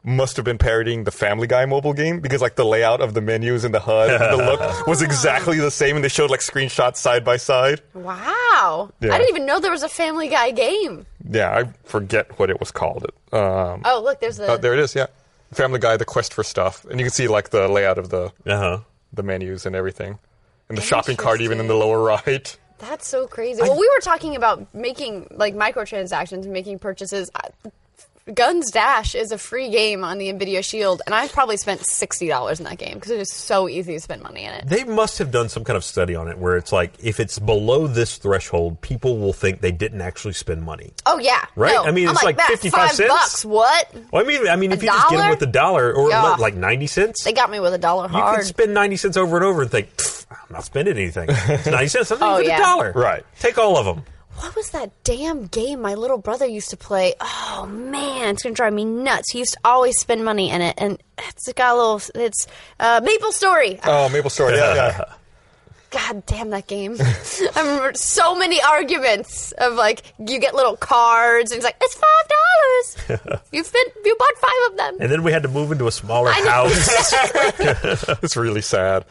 [SPEAKER 2] must have been parodying the Family Guy mobile game because like the layout of the menus and the HUD, and the look was exactly the same, and they showed like screenshots side by side.
[SPEAKER 4] Wow.
[SPEAKER 2] Yeah.
[SPEAKER 4] I didn't even know there was a Family Guy game.
[SPEAKER 2] Yeah, I forget what it was called. It, um,
[SPEAKER 4] Oh, look, there's the.
[SPEAKER 2] uh, there it is. Yeah, Family Guy: The Quest for Stuff, and you can see like the layout of the
[SPEAKER 3] Uh huh.
[SPEAKER 2] the menus and everything, and the shopping cart even in the lower right.
[SPEAKER 4] That's so crazy. well, we were talking about making like microtransactions, and making purchases. I- Guns Dash is a free game on the Nvidia Shield, and I've probably spent sixty dollars in that game because it is so easy to spend money in it.
[SPEAKER 3] They must have done some kind of study on it where it's like, if it's below this threshold, people will think they didn't actually spend money.
[SPEAKER 4] Oh yeah,
[SPEAKER 3] Right?
[SPEAKER 4] No.
[SPEAKER 3] I mean,
[SPEAKER 4] I'm
[SPEAKER 3] it's like
[SPEAKER 4] "That's
[SPEAKER 3] 55
[SPEAKER 4] five
[SPEAKER 3] cents?
[SPEAKER 4] bucks. What?
[SPEAKER 3] Well, I mean, I mean, if
[SPEAKER 4] A
[SPEAKER 3] you just get them
[SPEAKER 4] dollar?
[SPEAKER 3] with a dollar or
[SPEAKER 4] Yeah.
[SPEAKER 3] like 90 cents,
[SPEAKER 4] They got me with a dollar
[SPEAKER 3] you
[SPEAKER 4] hard.
[SPEAKER 3] can spend 90 cents over and over and think, "Pfft, I'm not spending anything. It's 90 cents. I'm
[SPEAKER 4] Oh,
[SPEAKER 3] going to
[SPEAKER 4] yeah.
[SPEAKER 3] a dollar.
[SPEAKER 2] Right.
[SPEAKER 3] Take all of them.
[SPEAKER 4] what was that damn game my little brother used to play? Oh man, it's gonna drive me nuts. He used to always spend money in it, and it's got a little. It's uh, Maple Story.
[SPEAKER 2] Oh, Maple Story. Yeah, yeah.
[SPEAKER 4] God damn that game. I remember so many arguments of like you get little cards and it's like it's five dollars. you spent you bought five of them.
[SPEAKER 3] And then we had to move into a smaller
[SPEAKER 4] know.
[SPEAKER 3] house.
[SPEAKER 2] it's really sad.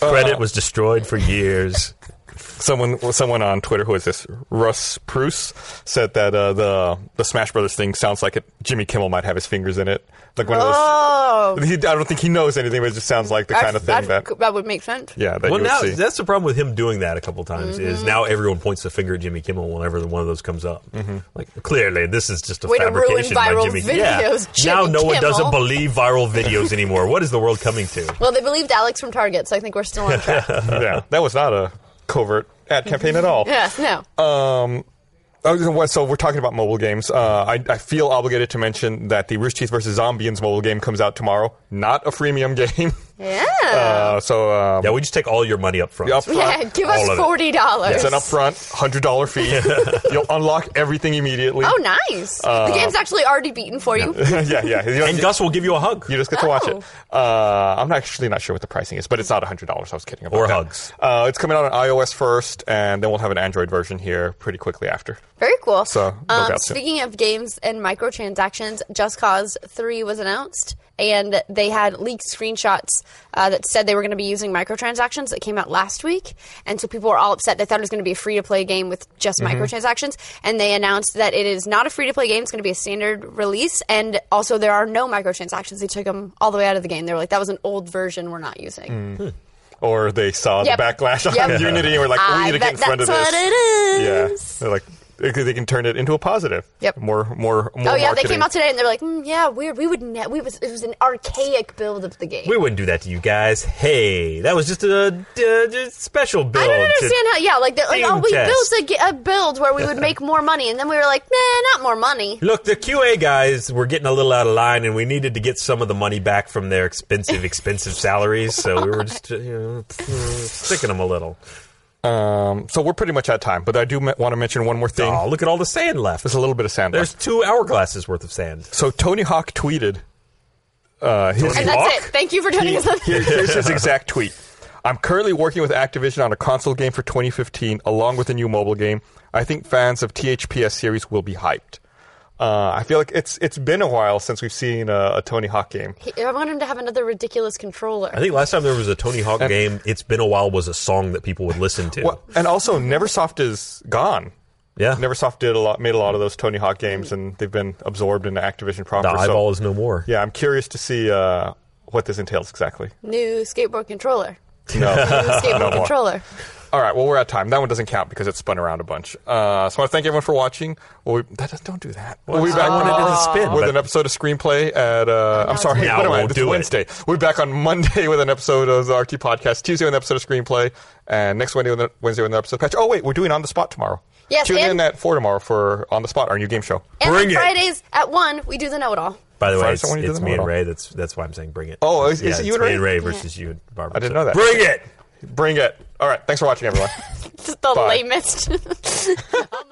[SPEAKER 3] Credit was destroyed for years.
[SPEAKER 2] Someone, someone on Twitter who is this Russ Prouse said that uh, the the Smash Brothers thing sounds like it, Jimmy Kimmel might have his fingers in it, like one
[SPEAKER 4] Oh,
[SPEAKER 2] of those. He, I don't think he knows anything, but it just sounds like the kind of thing that,
[SPEAKER 4] that, would make sense.
[SPEAKER 2] yeah, that
[SPEAKER 3] well,
[SPEAKER 2] you would
[SPEAKER 3] now
[SPEAKER 2] see.
[SPEAKER 3] that's the problem with him doing that a couple times
[SPEAKER 4] Mm-hmm.
[SPEAKER 3] is now everyone points the finger at Jimmy Kimmel whenever one of those comes up.
[SPEAKER 2] Mm-hmm.
[SPEAKER 3] Like clearly, this is just a
[SPEAKER 4] Way to ruin
[SPEAKER 3] fabrication
[SPEAKER 4] viral
[SPEAKER 3] by Jimmy.
[SPEAKER 4] videos, Jimmy
[SPEAKER 3] now no one
[SPEAKER 4] Kimmel.
[SPEAKER 3] doesn't believe viral videos anymore. what is the world coming to?
[SPEAKER 4] Well, they believed Alex from Target, so I think we're still on track.
[SPEAKER 2] yeah, that was not a covert ad campaign at all.
[SPEAKER 4] yeah, no.
[SPEAKER 2] Uh, Oh, so what- so we're talking about mobile games. Uh, I, I feel obligated to mention that the Rooster Teeth versus Zombians mobile game comes out tomorrow. Not a freemium game.
[SPEAKER 4] Yeah.
[SPEAKER 2] Uh, so um,
[SPEAKER 3] Yeah, we just take all your money up front.
[SPEAKER 2] Up front.
[SPEAKER 4] yeah, give us
[SPEAKER 3] all of it.
[SPEAKER 4] forty dollars.
[SPEAKER 2] it's an upfront hundred dollar fee. You'll unlock everything immediately.
[SPEAKER 4] Oh, nice. the game's actually already beaten for you.
[SPEAKER 2] Uh, yeah, yeah. You don't-
[SPEAKER 3] And Gus will give you a hug.
[SPEAKER 2] You just get to watch it.
[SPEAKER 4] Oh.
[SPEAKER 2] Uh, I'm not- actually not sure what the pricing is, but it's not $100. I was kidding about
[SPEAKER 3] Or
[SPEAKER 2] that.
[SPEAKER 3] hugs.
[SPEAKER 2] Uh, it's coming out on iOS first, and then we'll have an Android version here pretty quickly after.
[SPEAKER 4] Very cool.
[SPEAKER 2] So, no
[SPEAKER 4] um,
[SPEAKER 2] doubt.
[SPEAKER 4] speaking of games and microtransactions, Just Cause 3 was announced, and they had leaked screenshots uh, that said they were going to be using microtransactions that came out last week. And so people were all upset. They thought it was going to be a free to play game with just
[SPEAKER 2] Mm-hmm.
[SPEAKER 4] microtransactions. And they announced that it is not a free to play game. It's going to be a standard release. And also, there are no microtransactions. They took them all the way out of the game. They were like, that was an old version we're not using.
[SPEAKER 2] Mm. Or they saw
[SPEAKER 4] Yep.
[SPEAKER 2] the backlash on
[SPEAKER 4] Yep.
[SPEAKER 2] Unity and were like, we
[SPEAKER 4] I
[SPEAKER 2] need to get in
[SPEAKER 4] bet
[SPEAKER 2] front of
[SPEAKER 4] Uh,
[SPEAKER 2] this.
[SPEAKER 4] that's what it is.
[SPEAKER 2] Yeah. They're like, they can- they can turn it into a positive.
[SPEAKER 4] Yep.
[SPEAKER 2] More, more, more.
[SPEAKER 4] Oh yeah, they
[SPEAKER 2] marketing.
[SPEAKER 4] came out today and they're like, mm, yeah, weird. We would, ne- we was, it was an archaic build of the game.
[SPEAKER 3] We wouldn't do that to you guys. Hey, that was just a, uh, uh, special build.
[SPEAKER 4] I don't
[SPEAKER 3] to-
[SPEAKER 4] understand how. Yeah, like, they're like
[SPEAKER 3] Game
[SPEAKER 4] oh, we
[SPEAKER 3] test.
[SPEAKER 4] built a, ge- a build where we would make more money, and then we were like, nah, not more money.
[SPEAKER 3] Look, the QA guys were getting a little out of line, and we needed to get some of the money back from their expensive, expensive salaries. So we were just uh, you know, sticking them a little.
[SPEAKER 2] Um, so we're pretty much out of time, but I do want to mention one more thing.
[SPEAKER 3] Aw, look at all the sand left.
[SPEAKER 2] There's a little bit of sand
[SPEAKER 3] There's
[SPEAKER 2] left.
[SPEAKER 3] two hourglasses worth of sand.
[SPEAKER 2] So Tony Hawk tweeted uh, his,
[SPEAKER 4] And
[SPEAKER 3] Walk?
[SPEAKER 4] that's it. Thank you for joining us. on-
[SPEAKER 2] Here- here's his exact tweet. I'm currently working with Activision on a console game for 2015, along with a new mobile game. I think fans of THPS series will be hyped. Uh, I feel like it's it's been a while since we've seen a, a Tony Hawk game.
[SPEAKER 4] He- I want him to have another ridiculous controller.
[SPEAKER 3] I think last time there was a Tony Hawk game, It's Been a While was a song that people would listen to.
[SPEAKER 2] Well, and also, NeverSoft is gone.
[SPEAKER 3] Yeah.
[SPEAKER 2] NeverSoft did a lot, made a lot of those Tony Hawk games, and they've been absorbed into Activision
[SPEAKER 3] the
[SPEAKER 2] proper. so-
[SPEAKER 3] eyeball is no more.
[SPEAKER 2] yeah, I'm curious to see uh, what this entails exactly.
[SPEAKER 4] New skateboard controller. New
[SPEAKER 2] No.
[SPEAKER 4] skateboard
[SPEAKER 2] more.
[SPEAKER 4] controller.
[SPEAKER 2] All right, well, we're out of time. That one doesn't count because it spun around a bunch. Uh, so I want to thank everyone for watching. Well, we, that, don't do that. We'll be back
[SPEAKER 3] I wanted it to spin,
[SPEAKER 2] with
[SPEAKER 3] but-
[SPEAKER 2] an episode of Screenplay at, uh, I'm sorry,
[SPEAKER 3] Now
[SPEAKER 2] what am I,
[SPEAKER 3] we'll
[SPEAKER 2] it's
[SPEAKER 3] do it.
[SPEAKER 2] Wednesday. We'll be back on Monday with an episode of the RT Podcast, Tuesday with an episode of Screenplay, and next Wednesday with an, Wednesday with an episode of Patch. Oh, wait, we're doing On the Spot tomorrow.
[SPEAKER 4] Yes,
[SPEAKER 2] Tune
[SPEAKER 4] and-
[SPEAKER 2] in at 4 tomorrow for On the Spot, our new game show.
[SPEAKER 4] And
[SPEAKER 3] Bring
[SPEAKER 4] on
[SPEAKER 3] it.
[SPEAKER 4] Fridays at one, we do the know-it-all.
[SPEAKER 3] By the way,
[SPEAKER 2] Friday,
[SPEAKER 3] it's,
[SPEAKER 2] someone you
[SPEAKER 3] it's
[SPEAKER 2] didn't
[SPEAKER 3] me
[SPEAKER 2] know
[SPEAKER 3] and
[SPEAKER 2] at all.
[SPEAKER 3] Ray. That's that's why I'm saying bring it.
[SPEAKER 2] Oh, is-
[SPEAKER 3] yeah,
[SPEAKER 2] is it you
[SPEAKER 3] it's
[SPEAKER 2] and
[SPEAKER 3] me
[SPEAKER 2] Ray?
[SPEAKER 3] and Ray versus you and Barbara.
[SPEAKER 2] I didn't
[SPEAKER 3] so
[SPEAKER 2] know that.
[SPEAKER 3] Bring it.
[SPEAKER 2] Bring it. All right, thanks for watching, everyone.
[SPEAKER 4] It's the
[SPEAKER 2] Bye.
[SPEAKER 4] lamest.